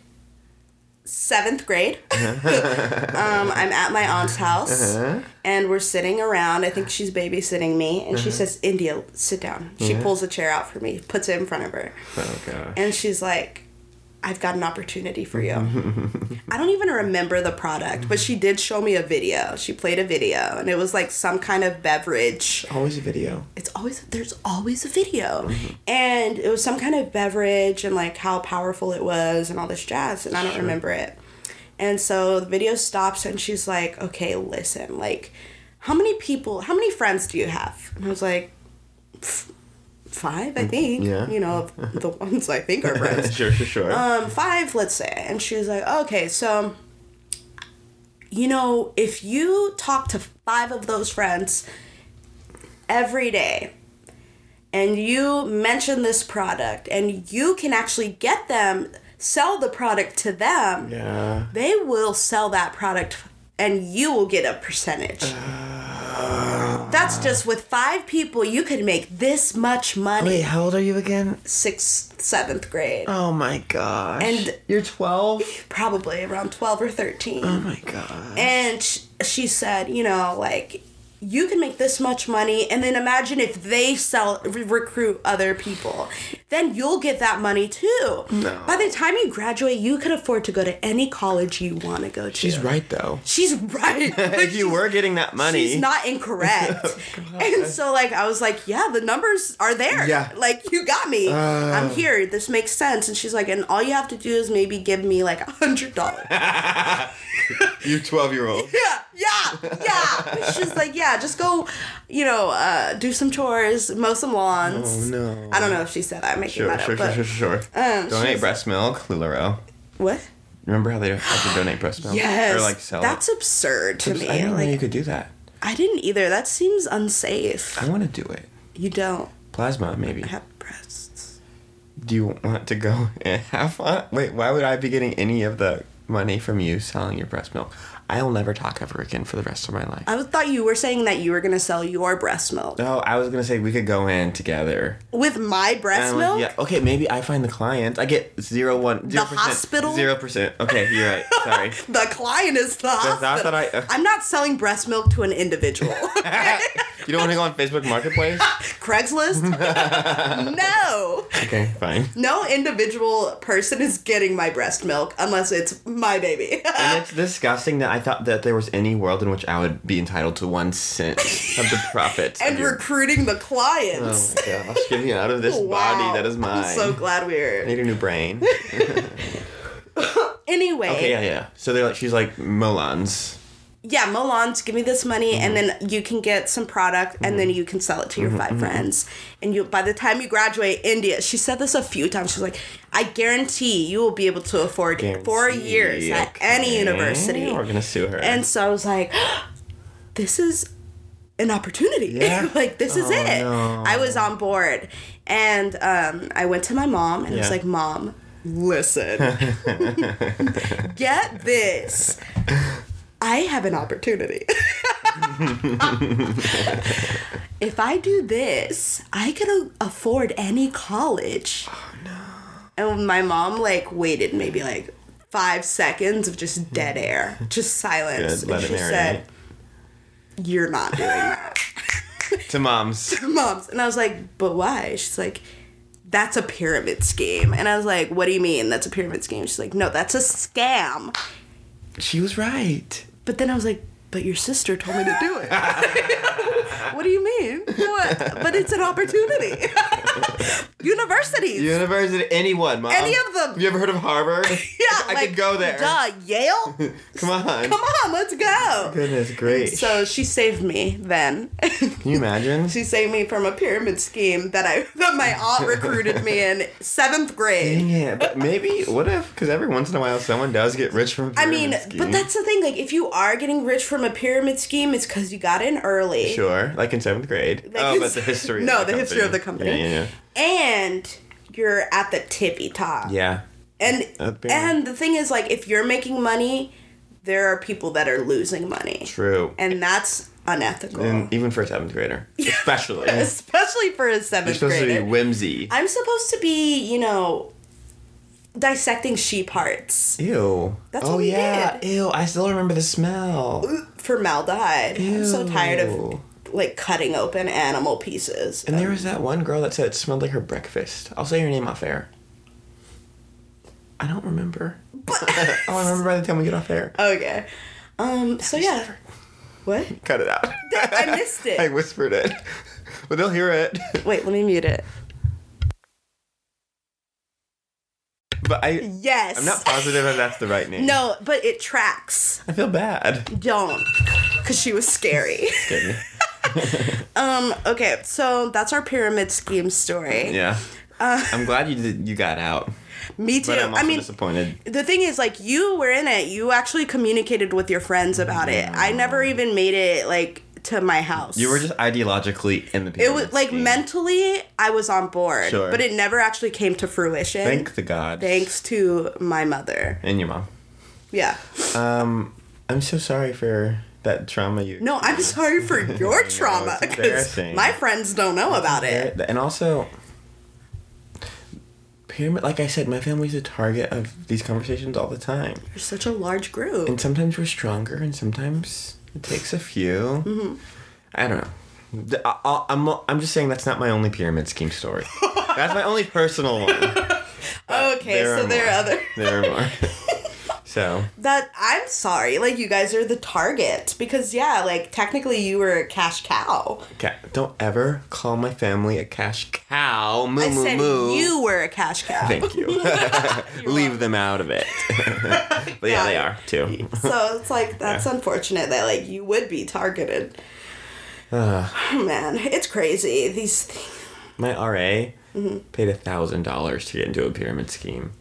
[SPEAKER 1] seventh grade. um, I'm at my aunt's house and we're sitting around. I think she's babysitting me, and she says, "India, sit down." She pulls a chair out for me, puts it in front of her,
[SPEAKER 2] Oh gosh.
[SPEAKER 1] and she's like. I've got an opportunity for you. I don't even remember the product, but she did show me a video. She played a video, and it was like some kind of beverage
[SPEAKER 2] Always a video.
[SPEAKER 1] it's always there's always a video and it was some kind of beverage and like how powerful it was and all this jazz and i don't remember it and so the video stops and she's like okay listen like how many people how many friends do you have and i was like "F- five i think
[SPEAKER 2] Yeah.
[SPEAKER 1] you know the ones i think are friends
[SPEAKER 2] sure, sure, sure.
[SPEAKER 1] um, five, let's say. And she was like, okay, so, you know, if you talk to five of those friends, every day and you mention this product and you can actually get them sell the product to them
[SPEAKER 2] Yeah.
[SPEAKER 1] they will sell that product and you will get a percentage
[SPEAKER 2] Ah.
[SPEAKER 1] that's just with five people you could make this much money
[SPEAKER 2] Wait, how old are you again?
[SPEAKER 1] sixth seventh grade
[SPEAKER 2] Oh my gosh.
[SPEAKER 1] And- *laughs*
[SPEAKER 2] you're 12?
[SPEAKER 1] probably around 12 or 13
[SPEAKER 2] Oh my god.
[SPEAKER 1] and sh- she said, you know, like you can make this much money and then imagine if they sell re- recruit other people then you'll get that money too
[SPEAKER 2] No.
[SPEAKER 1] by the time you graduate you could afford to go to any college you want to go to
[SPEAKER 2] She's right though.
[SPEAKER 1] she's right
[SPEAKER 2] *laughs* if *laughs* you were getting that money. Oh,
[SPEAKER 1] she's not incorrect
[SPEAKER 2] *laughs*
[SPEAKER 1] *laughs* and so like i was like yeah the numbers are there
[SPEAKER 2] Yeah. Oh.
[SPEAKER 1] like you got me i'm here this makes sense and she's like and all you have to do is maybe give me like a hundred dollars
[SPEAKER 2] you 12 year
[SPEAKER 1] *laughs*
[SPEAKER 2] old.
[SPEAKER 1] yeah, yeah,
[SPEAKER 2] *laughs*
[SPEAKER 1] yeah. She's like, yeah, just go, you know, uh, do some chores, mow some lawns.
[SPEAKER 2] Oh, no.
[SPEAKER 1] I don't know if she said that. I'm making
[SPEAKER 2] Sure,
[SPEAKER 1] that
[SPEAKER 2] sure,
[SPEAKER 1] up. But
[SPEAKER 2] sure, sure, sure,
[SPEAKER 1] um,
[SPEAKER 2] Donate
[SPEAKER 1] she's-
[SPEAKER 2] breast milk, LuLaRoe.
[SPEAKER 1] what?
[SPEAKER 2] Remember how they had to donate breast milk?
[SPEAKER 1] Yes.
[SPEAKER 2] Or like sell
[SPEAKER 1] That's
[SPEAKER 2] it?
[SPEAKER 1] absurd to
[SPEAKER 2] Oops,
[SPEAKER 1] me.
[SPEAKER 2] I didn't know you
[SPEAKER 1] like
[SPEAKER 2] could do that.
[SPEAKER 1] I didn't either. That seems unsafe.
[SPEAKER 2] I want to do it.
[SPEAKER 1] You don't
[SPEAKER 2] Plasma, maybe.
[SPEAKER 1] have breasts.
[SPEAKER 2] Do you want to go *laughs* and have fun? Wait, why would I be getting any of the money from you selling your breast milk? I'll never talk ever again for the rest of my life.
[SPEAKER 1] I thought you were saying that you were gonna sell your breast milk
[SPEAKER 2] No, I was gonna say we could go in together.
[SPEAKER 1] with my breast
[SPEAKER 2] And I'm
[SPEAKER 1] milk.
[SPEAKER 2] like, yeah, okay, maybe I find the client. I get zero one zero percent.
[SPEAKER 1] hospital?
[SPEAKER 2] Zero percent. Okay, you're
[SPEAKER 1] *laughs*
[SPEAKER 2] right. Sorry.
[SPEAKER 1] The client is the
[SPEAKER 2] thought
[SPEAKER 1] hospital.
[SPEAKER 2] that I- uh,
[SPEAKER 1] I'm not selling breast milk to an
[SPEAKER 2] *laughs*
[SPEAKER 1] individual.
[SPEAKER 2] you don't want to go on Facebook Marketplace?
[SPEAKER 1] *laughs*
[SPEAKER 2] *laughs*
[SPEAKER 1] Craigslist? *laughs* no.
[SPEAKER 2] Okay, fine.
[SPEAKER 1] No individual person is getting my breast milk unless it's my *laughs* baby.
[SPEAKER 2] And it's disgusting that I thought that there was any world in which I would be entitled to one cent of the profits. of
[SPEAKER 1] and
[SPEAKER 2] your-
[SPEAKER 1] recruiting the
[SPEAKER 2] Oh
[SPEAKER 1] clients.
[SPEAKER 2] my gosh! Get me out of Oh, this
[SPEAKER 1] Wow.
[SPEAKER 2] body that is mine.
[SPEAKER 1] I'm so glad
[SPEAKER 2] I
[SPEAKER 1] we're
[SPEAKER 2] need a
[SPEAKER 1] *laughs*
[SPEAKER 2] new brain.
[SPEAKER 1] anyway.
[SPEAKER 2] Okay, yeah,
[SPEAKER 1] yeah.
[SPEAKER 2] yeah. So they're like, she's like Milan's.
[SPEAKER 1] Milan's give me this money, and
[SPEAKER 2] Mm-hmm.
[SPEAKER 1] then you can get some product, and then you can sell it to your 5 friends. And you, by the time you graduate, India. She said this a few times. She's like, I guarantee you will be able to afford four
[SPEAKER 2] Guarantee,
[SPEAKER 1] years at any
[SPEAKER 2] okay.
[SPEAKER 1] university.
[SPEAKER 2] We're gonna sue her.
[SPEAKER 1] And so I was like, *gasps* this is an opportunity.
[SPEAKER 2] Yeah.
[SPEAKER 1] *laughs* like, this is
[SPEAKER 2] Oh,
[SPEAKER 1] it.
[SPEAKER 2] no.
[SPEAKER 1] I was on board. And um, I went to my mom and I was
[SPEAKER 2] Yeah.
[SPEAKER 1] like, Mom,
[SPEAKER 2] *laughs*
[SPEAKER 1] listen, *laughs* get this. I have an opportunity. *laughs* if I do this, I could a- afford any college.
[SPEAKER 2] Oh,
[SPEAKER 1] And my mom like waited maybe like five seconds of just dead air, just silence.
[SPEAKER 2] Hmm. Good, let
[SPEAKER 1] and
[SPEAKER 2] it
[SPEAKER 1] she said, You're not doing
[SPEAKER 2] *laughs*
[SPEAKER 1] that. *laughs*
[SPEAKER 2] to mom's.
[SPEAKER 1] Mom's. And I was like, But why? She's like, That's a pyramid scheme. And I was like, What do you mean that's a pyramid scheme? She's like, No, that's a scam.
[SPEAKER 2] She was right.
[SPEAKER 1] But then I was like, But your sister told me to do it. *laughs* what do you mean? What? But it's an opportunity. *laughs* Universities.
[SPEAKER 2] University, anyone, mom.
[SPEAKER 1] Any of them.
[SPEAKER 2] Have you ever heard
[SPEAKER 1] *laughs*
[SPEAKER 2] of Harvard?
[SPEAKER 1] Yeah,
[SPEAKER 2] I
[SPEAKER 1] like,
[SPEAKER 2] could go there.
[SPEAKER 1] Duh,
[SPEAKER 2] *laughs*
[SPEAKER 1] Yale.
[SPEAKER 2] Come on.
[SPEAKER 1] Come on, let's go.
[SPEAKER 2] Goodness, great.
[SPEAKER 1] So she saved me then.
[SPEAKER 2] Can you
[SPEAKER 1] *laughs*
[SPEAKER 2] imagine?
[SPEAKER 1] she saved me from a pyramid scheme that I that my
[SPEAKER 2] *laughs*
[SPEAKER 1] aunt recruited me in seventh grade.
[SPEAKER 2] Dang it. But maybe, what if, because every once in a while someone does get rich from a
[SPEAKER 1] I
[SPEAKER 2] pyramid
[SPEAKER 1] mean,
[SPEAKER 2] scheme.
[SPEAKER 1] but that's the thing. Like, if you are getting rich from a pyramid scheme, it's because you got in early.
[SPEAKER 2] Sure, like in seventh grade.
[SPEAKER 1] Like,
[SPEAKER 2] oh, but
[SPEAKER 1] it's-
[SPEAKER 2] the history.
[SPEAKER 1] No,
[SPEAKER 2] of the,
[SPEAKER 1] the history of the company.
[SPEAKER 2] Yeah, yeah,
[SPEAKER 1] And you're at the tippy top.
[SPEAKER 2] yeah.
[SPEAKER 1] And
[SPEAKER 2] Uh, pyramid.
[SPEAKER 1] and the thing is, like, if you're making money, there are people that are losing money,
[SPEAKER 2] yeah. True.
[SPEAKER 1] and oh. that's unethical. *laughs*
[SPEAKER 2] And even for a seventh grader, especially. You're
[SPEAKER 1] Especially for a seventh
[SPEAKER 2] supposed
[SPEAKER 1] grader.
[SPEAKER 2] to be whimsy.
[SPEAKER 1] I'm supposed to be, you know, dissecting sheep hearts.
[SPEAKER 2] Ew.
[SPEAKER 1] That's
[SPEAKER 2] oh
[SPEAKER 1] what we
[SPEAKER 2] yeah.
[SPEAKER 1] did.
[SPEAKER 2] Ew. I still remember the smell.
[SPEAKER 1] Formaldehyde. I'm so tired of
[SPEAKER 2] Ew.
[SPEAKER 1] like cutting open animal pieces.
[SPEAKER 2] And there was that one girl that said it smelled like her breakfast. I'll say her name off air. I
[SPEAKER 1] *laughs*
[SPEAKER 2] don't remember. *laughs* I'll remember by the time we get off air.
[SPEAKER 1] okay. Um. So yeah. What?
[SPEAKER 2] Cut it out.
[SPEAKER 1] I
[SPEAKER 2] *laughs*
[SPEAKER 1] missed it.
[SPEAKER 2] I whispered it. *laughs* But they'll hear it. *laughs*
[SPEAKER 1] Wait. Let me mute it.
[SPEAKER 2] But I,
[SPEAKER 1] Yes.
[SPEAKER 2] I'm not positive if that's the right name.
[SPEAKER 1] No, but it tracks.
[SPEAKER 2] I
[SPEAKER 1] *laughs*
[SPEAKER 2] feel bad.
[SPEAKER 1] Don't. Cause she was scary. *laughs*
[SPEAKER 2] Kidding.
[SPEAKER 1] um. Okay. So that's our pyramid scheme story.
[SPEAKER 2] Yeah. I'm glad you did, you got out.
[SPEAKER 1] Me too.
[SPEAKER 2] But I'm also
[SPEAKER 1] Uh, I mean,
[SPEAKER 2] disappointed.
[SPEAKER 1] the thing is like you were in it you actually communicated with your friends about it i never even made it like to my house.
[SPEAKER 2] You were just ideologically in the
[SPEAKER 1] It
[SPEAKER 2] pyramid
[SPEAKER 1] was like
[SPEAKER 2] scheme.
[SPEAKER 1] mentally, I was on board,
[SPEAKER 2] Sure.
[SPEAKER 1] but it never actually came to fruition.
[SPEAKER 2] Thank the god.
[SPEAKER 1] thanks to my mother.
[SPEAKER 2] and your mom. Um,
[SPEAKER 1] Yeah.
[SPEAKER 2] I'm so sorry for that trauma you.
[SPEAKER 1] No,
[SPEAKER 2] *laughs*
[SPEAKER 1] I'm sorry for your
[SPEAKER 2] it's
[SPEAKER 1] trauma because
[SPEAKER 2] embarrassing.
[SPEAKER 1] my friends don't know about it.
[SPEAKER 2] And also, pyramid. Like I said, my family's the target of these conversations all the time.
[SPEAKER 1] You're such a large group.
[SPEAKER 2] And sometimes we're stronger, and sometimes it takes a few.
[SPEAKER 1] Mm-hmm.
[SPEAKER 2] I don't know. The- I, I, I'm I'm just saying that's not my only pyramid
[SPEAKER 1] *laughs*
[SPEAKER 2] scheme story. that's my only personal one.
[SPEAKER 1] okay,
[SPEAKER 2] there
[SPEAKER 1] so
[SPEAKER 2] are
[SPEAKER 1] there
[SPEAKER 2] more.
[SPEAKER 1] are other
[SPEAKER 2] There
[SPEAKER 1] *laughs*
[SPEAKER 2] are more. so
[SPEAKER 1] that I'm sorry. Like you guys are the target because yeah, like technically you were a cash cow.
[SPEAKER 2] ca- don't ever call my family a cash cow. Moo
[SPEAKER 1] I
[SPEAKER 2] moo
[SPEAKER 1] said
[SPEAKER 2] moo.
[SPEAKER 1] you were a cash cow.
[SPEAKER 2] Thank you. *laughs* Leave them out of it. *laughs* but yeah, they are
[SPEAKER 1] *laughs*
[SPEAKER 2] too.
[SPEAKER 1] *laughs* so it's like that's unfortunate that like you would be
[SPEAKER 2] *sighs*
[SPEAKER 1] targeted.
[SPEAKER 2] Ah.
[SPEAKER 1] Oh, Man, it's crazy. These *laughs* things.
[SPEAKER 2] My RA
[SPEAKER 1] Mm-hmm.
[SPEAKER 2] paid a thousand dollars to get into a pyramid scheme,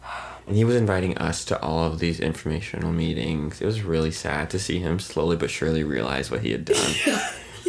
[SPEAKER 2] and he was inviting us to all of these informational meetings. It was really sad to see him slowly but surely realize what he had done.
[SPEAKER 1] *laughs*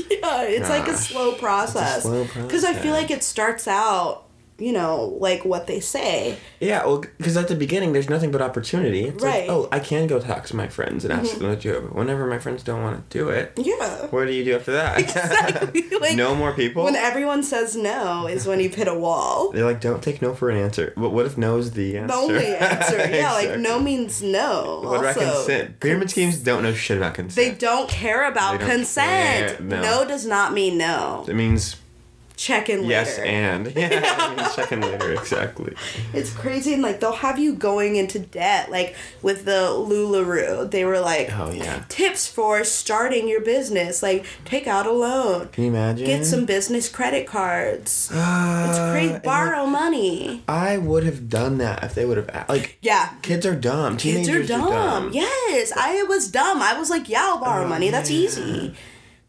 [SPEAKER 1] Yeah, it's like a
[SPEAKER 2] Gosh.
[SPEAKER 1] slow process.
[SPEAKER 2] slow
[SPEAKER 1] Because I feel
[SPEAKER 2] process.
[SPEAKER 1] like it starts out, you know, like what they say.
[SPEAKER 2] yeah, well, because at the beginning there's nothing but opportunity. It's
[SPEAKER 1] Right. Mm-hmm.
[SPEAKER 2] like, oh, I can go talk to my friends and ask them to do it. But whenever my friends don't want to do it,
[SPEAKER 1] Yeah.
[SPEAKER 2] what do you do after that? *laughs*
[SPEAKER 1] like,
[SPEAKER 2] no more people.
[SPEAKER 1] When everyone says no is when you've hit a
[SPEAKER 2] *laughs*
[SPEAKER 1] wall.
[SPEAKER 2] They're like, don't take no for an answer. But what if no is the answer?
[SPEAKER 1] The only
[SPEAKER 2] *laughs*
[SPEAKER 1] answer. Yeah, like
[SPEAKER 2] Exactly.
[SPEAKER 1] no means no.
[SPEAKER 2] What about
[SPEAKER 1] also,
[SPEAKER 2] consent? Pyramid schemes don't know shit about
[SPEAKER 1] They
[SPEAKER 2] consent.
[SPEAKER 1] don't care about
[SPEAKER 2] They don't
[SPEAKER 1] consent.
[SPEAKER 2] care, no.
[SPEAKER 1] no. does not mean no.
[SPEAKER 2] it means
[SPEAKER 1] Check in
[SPEAKER 2] yes
[SPEAKER 1] later.
[SPEAKER 2] and. *laughs*
[SPEAKER 1] *laughs*
[SPEAKER 2] Yeah, it means second later, exactly.
[SPEAKER 1] It's crazy, and like they'll have you going into debt, like with the Lularoe. They were like,
[SPEAKER 2] Oh, yeah.
[SPEAKER 1] tips for starting your business, like take out a loan,
[SPEAKER 2] Can you imagine?
[SPEAKER 1] get some business credit cards, it's
[SPEAKER 2] Uh,
[SPEAKER 1] great,
[SPEAKER 2] and, like,
[SPEAKER 1] borrow money.
[SPEAKER 2] I would have done that if they would have. a- Like,
[SPEAKER 1] Yeah,
[SPEAKER 2] kids are dumb.
[SPEAKER 1] kids are
[SPEAKER 2] Teenagers
[SPEAKER 1] dumb. Yes, I was dumb. I was like, yeah, I'll borrow money. That's easy,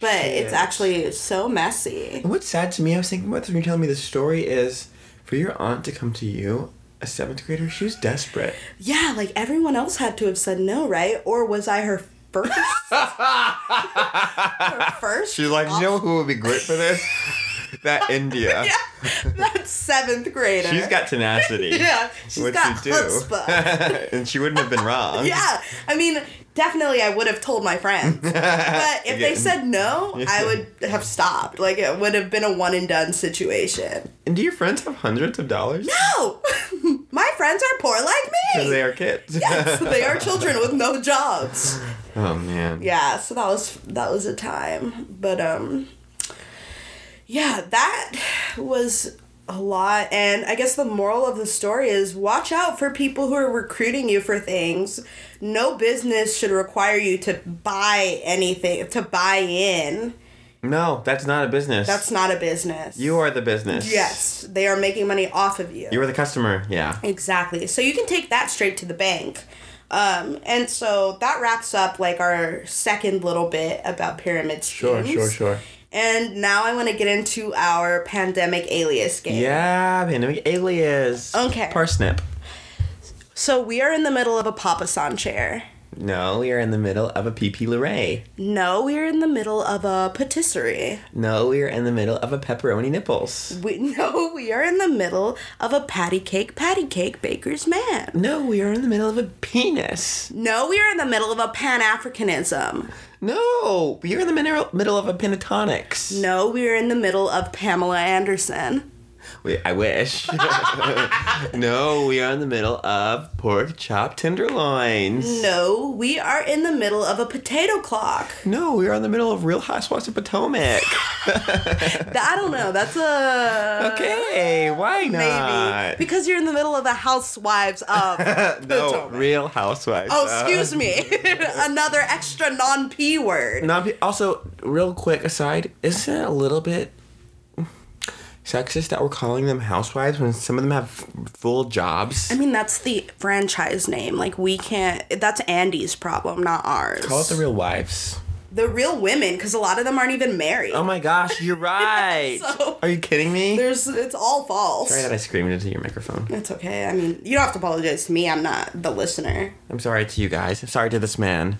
[SPEAKER 1] but it's
[SPEAKER 2] Oh, Shit.
[SPEAKER 1] actually so messy.
[SPEAKER 2] And what's sad to me, I was thinking about this when you're telling me this story, is for your aunt to come to you, a seventh grader, she was desperate.
[SPEAKER 1] Yeah, like everyone else had to have said no, right? Or was I her
[SPEAKER 2] *laughs*
[SPEAKER 1] first? her first?
[SPEAKER 2] She's like, you know who would be great
[SPEAKER 1] *laughs*
[SPEAKER 2] for this? that India.
[SPEAKER 1] That seventh grader.
[SPEAKER 2] She's got tenacity.
[SPEAKER 1] *laughs* Yeah, she's
[SPEAKER 2] What'd
[SPEAKER 1] got
[SPEAKER 2] she do? *laughs*
[SPEAKER 1] chutzpah.
[SPEAKER 2] and she wouldn't have been wrong.
[SPEAKER 1] yeah, I mean, definitely I would have told my
[SPEAKER 2] *laughs*
[SPEAKER 1] friends. But if they
[SPEAKER 2] Again.
[SPEAKER 1] said no, I would have stopped. Like, it would have been a one and done situation.
[SPEAKER 2] And do your friends have hundreds of dollars?
[SPEAKER 1] No! *laughs* my friends are poor like
[SPEAKER 2] Because
[SPEAKER 1] me!
[SPEAKER 2] they are kids.
[SPEAKER 1] Yes,
[SPEAKER 2] *laughs*
[SPEAKER 1] they are children with no jobs.
[SPEAKER 2] oh man.
[SPEAKER 1] yeah so that was that was a time but um yeah that was a lot and i guess the moral of the story is watch out for people who are recruiting you for things no business should require you to buy anything to buy in
[SPEAKER 2] No, that's not a business.
[SPEAKER 1] that's not a business
[SPEAKER 2] you are the business.
[SPEAKER 1] yes they are making money off of you
[SPEAKER 2] You are the customer. Yeah.
[SPEAKER 1] Exactly. So you can take that straight to the bank. Um, and so that wraps up like our second little bit about pyramid
[SPEAKER 2] Sure,
[SPEAKER 1] schemes.
[SPEAKER 2] sure, sure.
[SPEAKER 1] And now I want to get into our pandemic alias game.
[SPEAKER 2] Yeah, pandemic alias.
[SPEAKER 1] Okay.
[SPEAKER 2] Parsnip.
[SPEAKER 1] So we are in the middle of a papasan chair.
[SPEAKER 2] No, we are in the middle of a PP Luray.
[SPEAKER 1] No, we are in the middle of a patisserie.
[SPEAKER 2] No, we are in the middle of a pepperoni nipples.
[SPEAKER 1] We *laughs* no, we are in the middle of a patty cake, patty cake baker's man.
[SPEAKER 2] No, we are in the middle of a penis.
[SPEAKER 1] No, we are in the middle of a Pan Africanism.
[SPEAKER 2] No, we are in the mineral- middle of a pentatonics.
[SPEAKER 1] No, we are in the middle of Pamela Anderson.
[SPEAKER 2] We, I wish. *laughs* no, we are in the middle of pork chop tenderloins.
[SPEAKER 1] No, we are in the middle of a potato clock.
[SPEAKER 2] No, we are in the middle of Real Housewives of Potomac.
[SPEAKER 1] Uh, Th- I don't know. That's a
[SPEAKER 2] *laughs* Okay, why
[SPEAKER 1] maybe
[SPEAKER 2] not?
[SPEAKER 1] because you're in the middle of a housewives of.
[SPEAKER 2] *laughs* no, uh,
[SPEAKER 1] Potomac.
[SPEAKER 2] Real Housewives.
[SPEAKER 1] Oh, excuse
[SPEAKER 2] *laughs*
[SPEAKER 1] me. *laughs* Another extra non p word.
[SPEAKER 2] Not, also, real quick aside, isn't it a little bit sexist that we're calling them housewives when some of them have f- full jobs?
[SPEAKER 1] I mean, that's the franchise name. Like we can't. That's Andy's problem, not ours.
[SPEAKER 2] Call it the
[SPEAKER 1] *laughs*
[SPEAKER 2] Real Wives.
[SPEAKER 1] The real women, because a lot of them aren't even married.
[SPEAKER 2] Oh my gosh,
[SPEAKER 1] *laughs*
[SPEAKER 2] you're right.
[SPEAKER 1] So-
[SPEAKER 2] Are you kidding me?
[SPEAKER 1] There's. It's all false.
[SPEAKER 2] Sorry that I screamed into your microphone.
[SPEAKER 1] It's okay. I mean, you don't have to apologize to me. I'm not the listener.
[SPEAKER 2] I'm sorry to *laughs* you guys. I'm sorry to this man.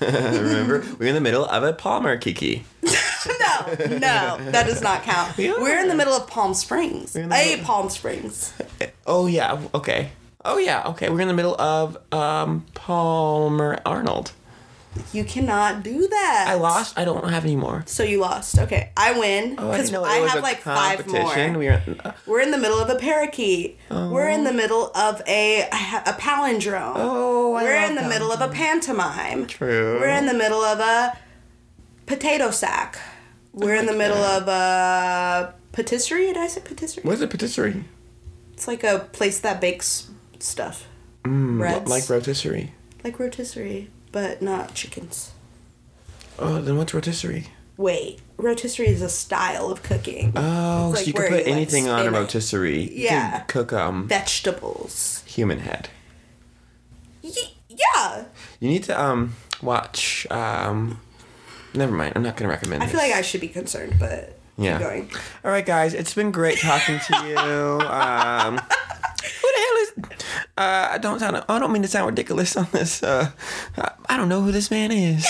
[SPEAKER 2] Remember, we're in the middle of a Palmer Kiki.
[SPEAKER 1] no, no, that does not count.
[SPEAKER 2] *laughs*
[SPEAKER 1] We're in the middle of Palm Springs.
[SPEAKER 2] in the
[SPEAKER 1] A Palm Springs.
[SPEAKER 2] Oh yeah. Okay. Oh yeah. Okay. We're in the middle of um Palmer Arnold.
[SPEAKER 1] You cannot do that.
[SPEAKER 2] I lost. I don't have any more.
[SPEAKER 1] So you lost. Okay, I win
[SPEAKER 2] Oh, I didn't
[SPEAKER 1] because
[SPEAKER 2] know it
[SPEAKER 1] I
[SPEAKER 2] was
[SPEAKER 1] have
[SPEAKER 2] a
[SPEAKER 1] like five
[SPEAKER 2] competition.
[SPEAKER 1] more.
[SPEAKER 2] We are,
[SPEAKER 1] We're in the middle of a parakeet. We're in the middle of a a palindrome.
[SPEAKER 2] Oh, I
[SPEAKER 1] We're
[SPEAKER 2] love
[SPEAKER 1] in the
[SPEAKER 2] that.
[SPEAKER 1] middle of a pantomime.
[SPEAKER 2] True.
[SPEAKER 1] We're in the middle of a potato sack. We're in the middle of a patisserie. Did I say patisserie?
[SPEAKER 2] What is a patisserie?
[SPEAKER 1] It's like a place that bakes stuff. Mm,
[SPEAKER 2] L- Like rotisserie.
[SPEAKER 1] like rotisserie, but not chickens.
[SPEAKER 2] Oh, then what's rotisserie?
[SPEAKER 1] Wait, rotisserie is a style of cooking.
[SPEAKER 2] Oh,
[SPEAKER 1] It's
[SPEAKER 2] so
[SPEAKER 1] like
[SPEAKER 2] you
[SPEAKER 1] where
[SPEAKER 2] can put
[SPEAKER 1] you, like,
[SPEAKER 2] anything on a
[SPEAKER 1] spin it.
[SPEAKER 2] rotisserie. You can
[SPEAKER 1] Yeah.
[SPEAKER 2] cook um
[SPEAKER 1] Vegetables.
[SPEAKER 2] human head.
[SPEAKER 1] Y- yeah.
[SPEAKER 2] You need to um watch um. Never mind. I'm not gonna recommend.
[SPEAKER 1] I feel like I should be concerned, but
[SPEAKER 2] Yeah.
[SPEAKER 1] keep
[SPEAKER 2] *laughs*
[SPEAKER 1] going.
[SPEAKER 2] All right, guys. It's been great talking to you.
[SPEAKER 1] *laughs*
[SPEAKER 2] Um, who the hell is? Uh, I don't sound. I don't mean to sound ridiculous on this. Uh, I- I don't know who this man
[SPEAKER 1] *laughs*
[SPEAKER 2] is.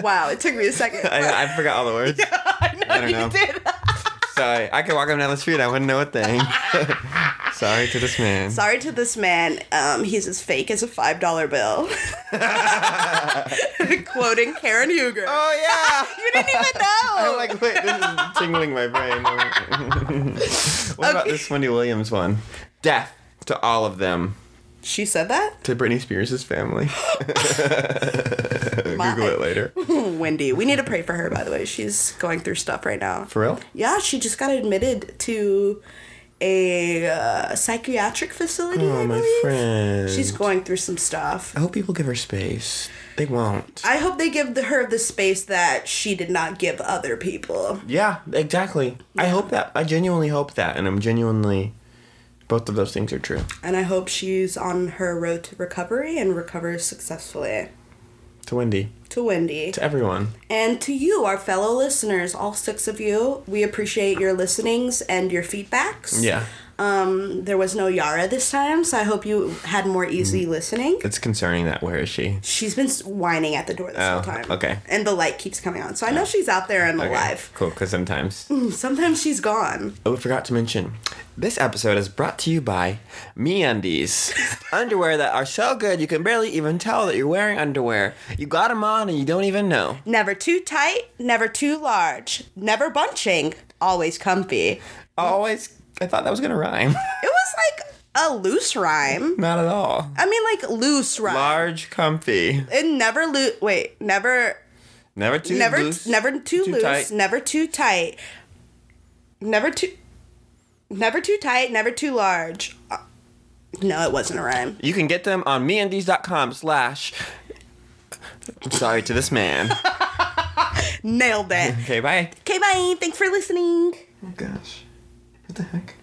[SPEAKER 1] Wow, it took me a second. *laughs*
[SPEAKER 2] I, I forgot all the words.
[SPEAKER 1] I know
[SPEAKER 2] I don't
[SPEAKER 1] you
[SPEAKER 2] know.
[SPEAKER 1] did.
[SPEAKER 2] Sorry, I could walk up and down the street. I wouldn't know a thing. *laughs* Sorry to this
[SPEAKER 1] *laughs*
[SPEAKER 2] man.
[SPEAKER 1] Sorry to this man. Um, he's as fake as a five dollar
[SPEAKER 2] *laughs*
[SPEAKER 1] bill. *laughs* Quoting Karen Huger.
[SPEAKER 2] Oh
[SPEAKER 1] *laughs*
[SPEAKER 2] yeah.
[SPEAKER 1] you didn't
[SPEAKER 2] *laughs*
[SPEAKER 1] even know.
[SPEAKER 2] I'm like, wait, this is tingling my *laughs* brain. what about
[SPEAKER 1] Okay.
[SPEAKER 2] this Wendy Williams one? Death to all of them.
[SPEAKER 1] she said that.
[SPEAKER 2] To Britney Spears' family.
[SPEAKER 1] My.
[SPEAKER 2] Google it *laughs* later.
[SPEAKER 1] Wendy, we need to pray for her. By the way, she's going through stuff right now.
[SPEAKER 2] For real?
[SPEAKER 1] Yeah, she just got admitted to a uh, psychiatric facility. I
[SPEAKER 2] Oh, my
[SPEAKER 1] believe.
[SPEAKER 2] friend.
[SPEAKER 1] She's going through some stuff.
[SPEAKER 2] I hope people give her space. They won't.
[SPEAKER 1] I hope they give the, her the space that she did not give other people.
[SPEAKER 2] yeah, exactly. I hope that. I genuinely hope that. And I'm genuinely. Both of those things are true.
[SPEAKER 1] And I hope she's on her road to recovery and recovers successfully.
[SPEAKER 2] To Wendy.
[SPEAKER 1] To Wendy.
[SPEAKER 2] To everyone.
[SPEAKER 1] And to you, our fellow listeners, all six of you, we appreciate your listenings and your feedbacks.
[SPEAKER 2] Yeah.
[SPEAKER 1] Um, there was no Yara this time, so I hope you had more
[SPEAKER 2] Mm.
[SPEAKER 1] easy listening.
[SPEAKER 2] It's concerning that. Where is she?
[SPEAKER 1] She's been s- whining at the door this whole
[SPEAKER 2] Oh,
[SPEAKER 1] time.
[SPEAKER 2] okay. Oh.
[SPEAKER 1] And the light keeps coming on. So I know she's out there and
[SPEAKER 2] Okay,
[SPEAKER 1] alive. *laughs*
[SPEAKER 2] Cool, because sometimes.
[SPEAKER 1] Sometimes she's gone.
[SPEAKER 2] Oh, we forgot to mention. This episode is brought to you by *laughs* MeUndies. underwear that are so good you can barely even tell that you're wearing underwear. You got them on and you don't even know.
[SPEAKER 1] Never too tight, never too large, never bunching, always comfy.
[SPEAKER 2] Always, I thought that was gonna rhyme. *laughs*
[SPEAKER 1] It was like a loose rhyme.
[SPEAKER 2] Not at all.
[SPEAKER 1] I mean, like loose rhyme.
[SPEAKER 2] Large, comfy,
[SPEAKER 1] It never loo Wait, never,
[SPEAKER 2] never too
[SPEAKER 1] never,
[SPEAKER 2] loose,
[SPEAKER 1] never too, loose,
[SPEAKER 2] tight.
[SPEAKER 1] never too tight, never too, never too tight, never too large. Uh, No, it wasn't a rhyme.
[SPEAKER 2] You can get them on MeUndies.com slash. I'm sorry to this *laughs* man.
[SPEAKER 1] Nailed it.
[SPEAKER 2] Okay, bye. *laughs*
[SPEAKER 1] Okay, bye. Thanks for listening.
[SPEAKER 2] Oh gosh, what the heck?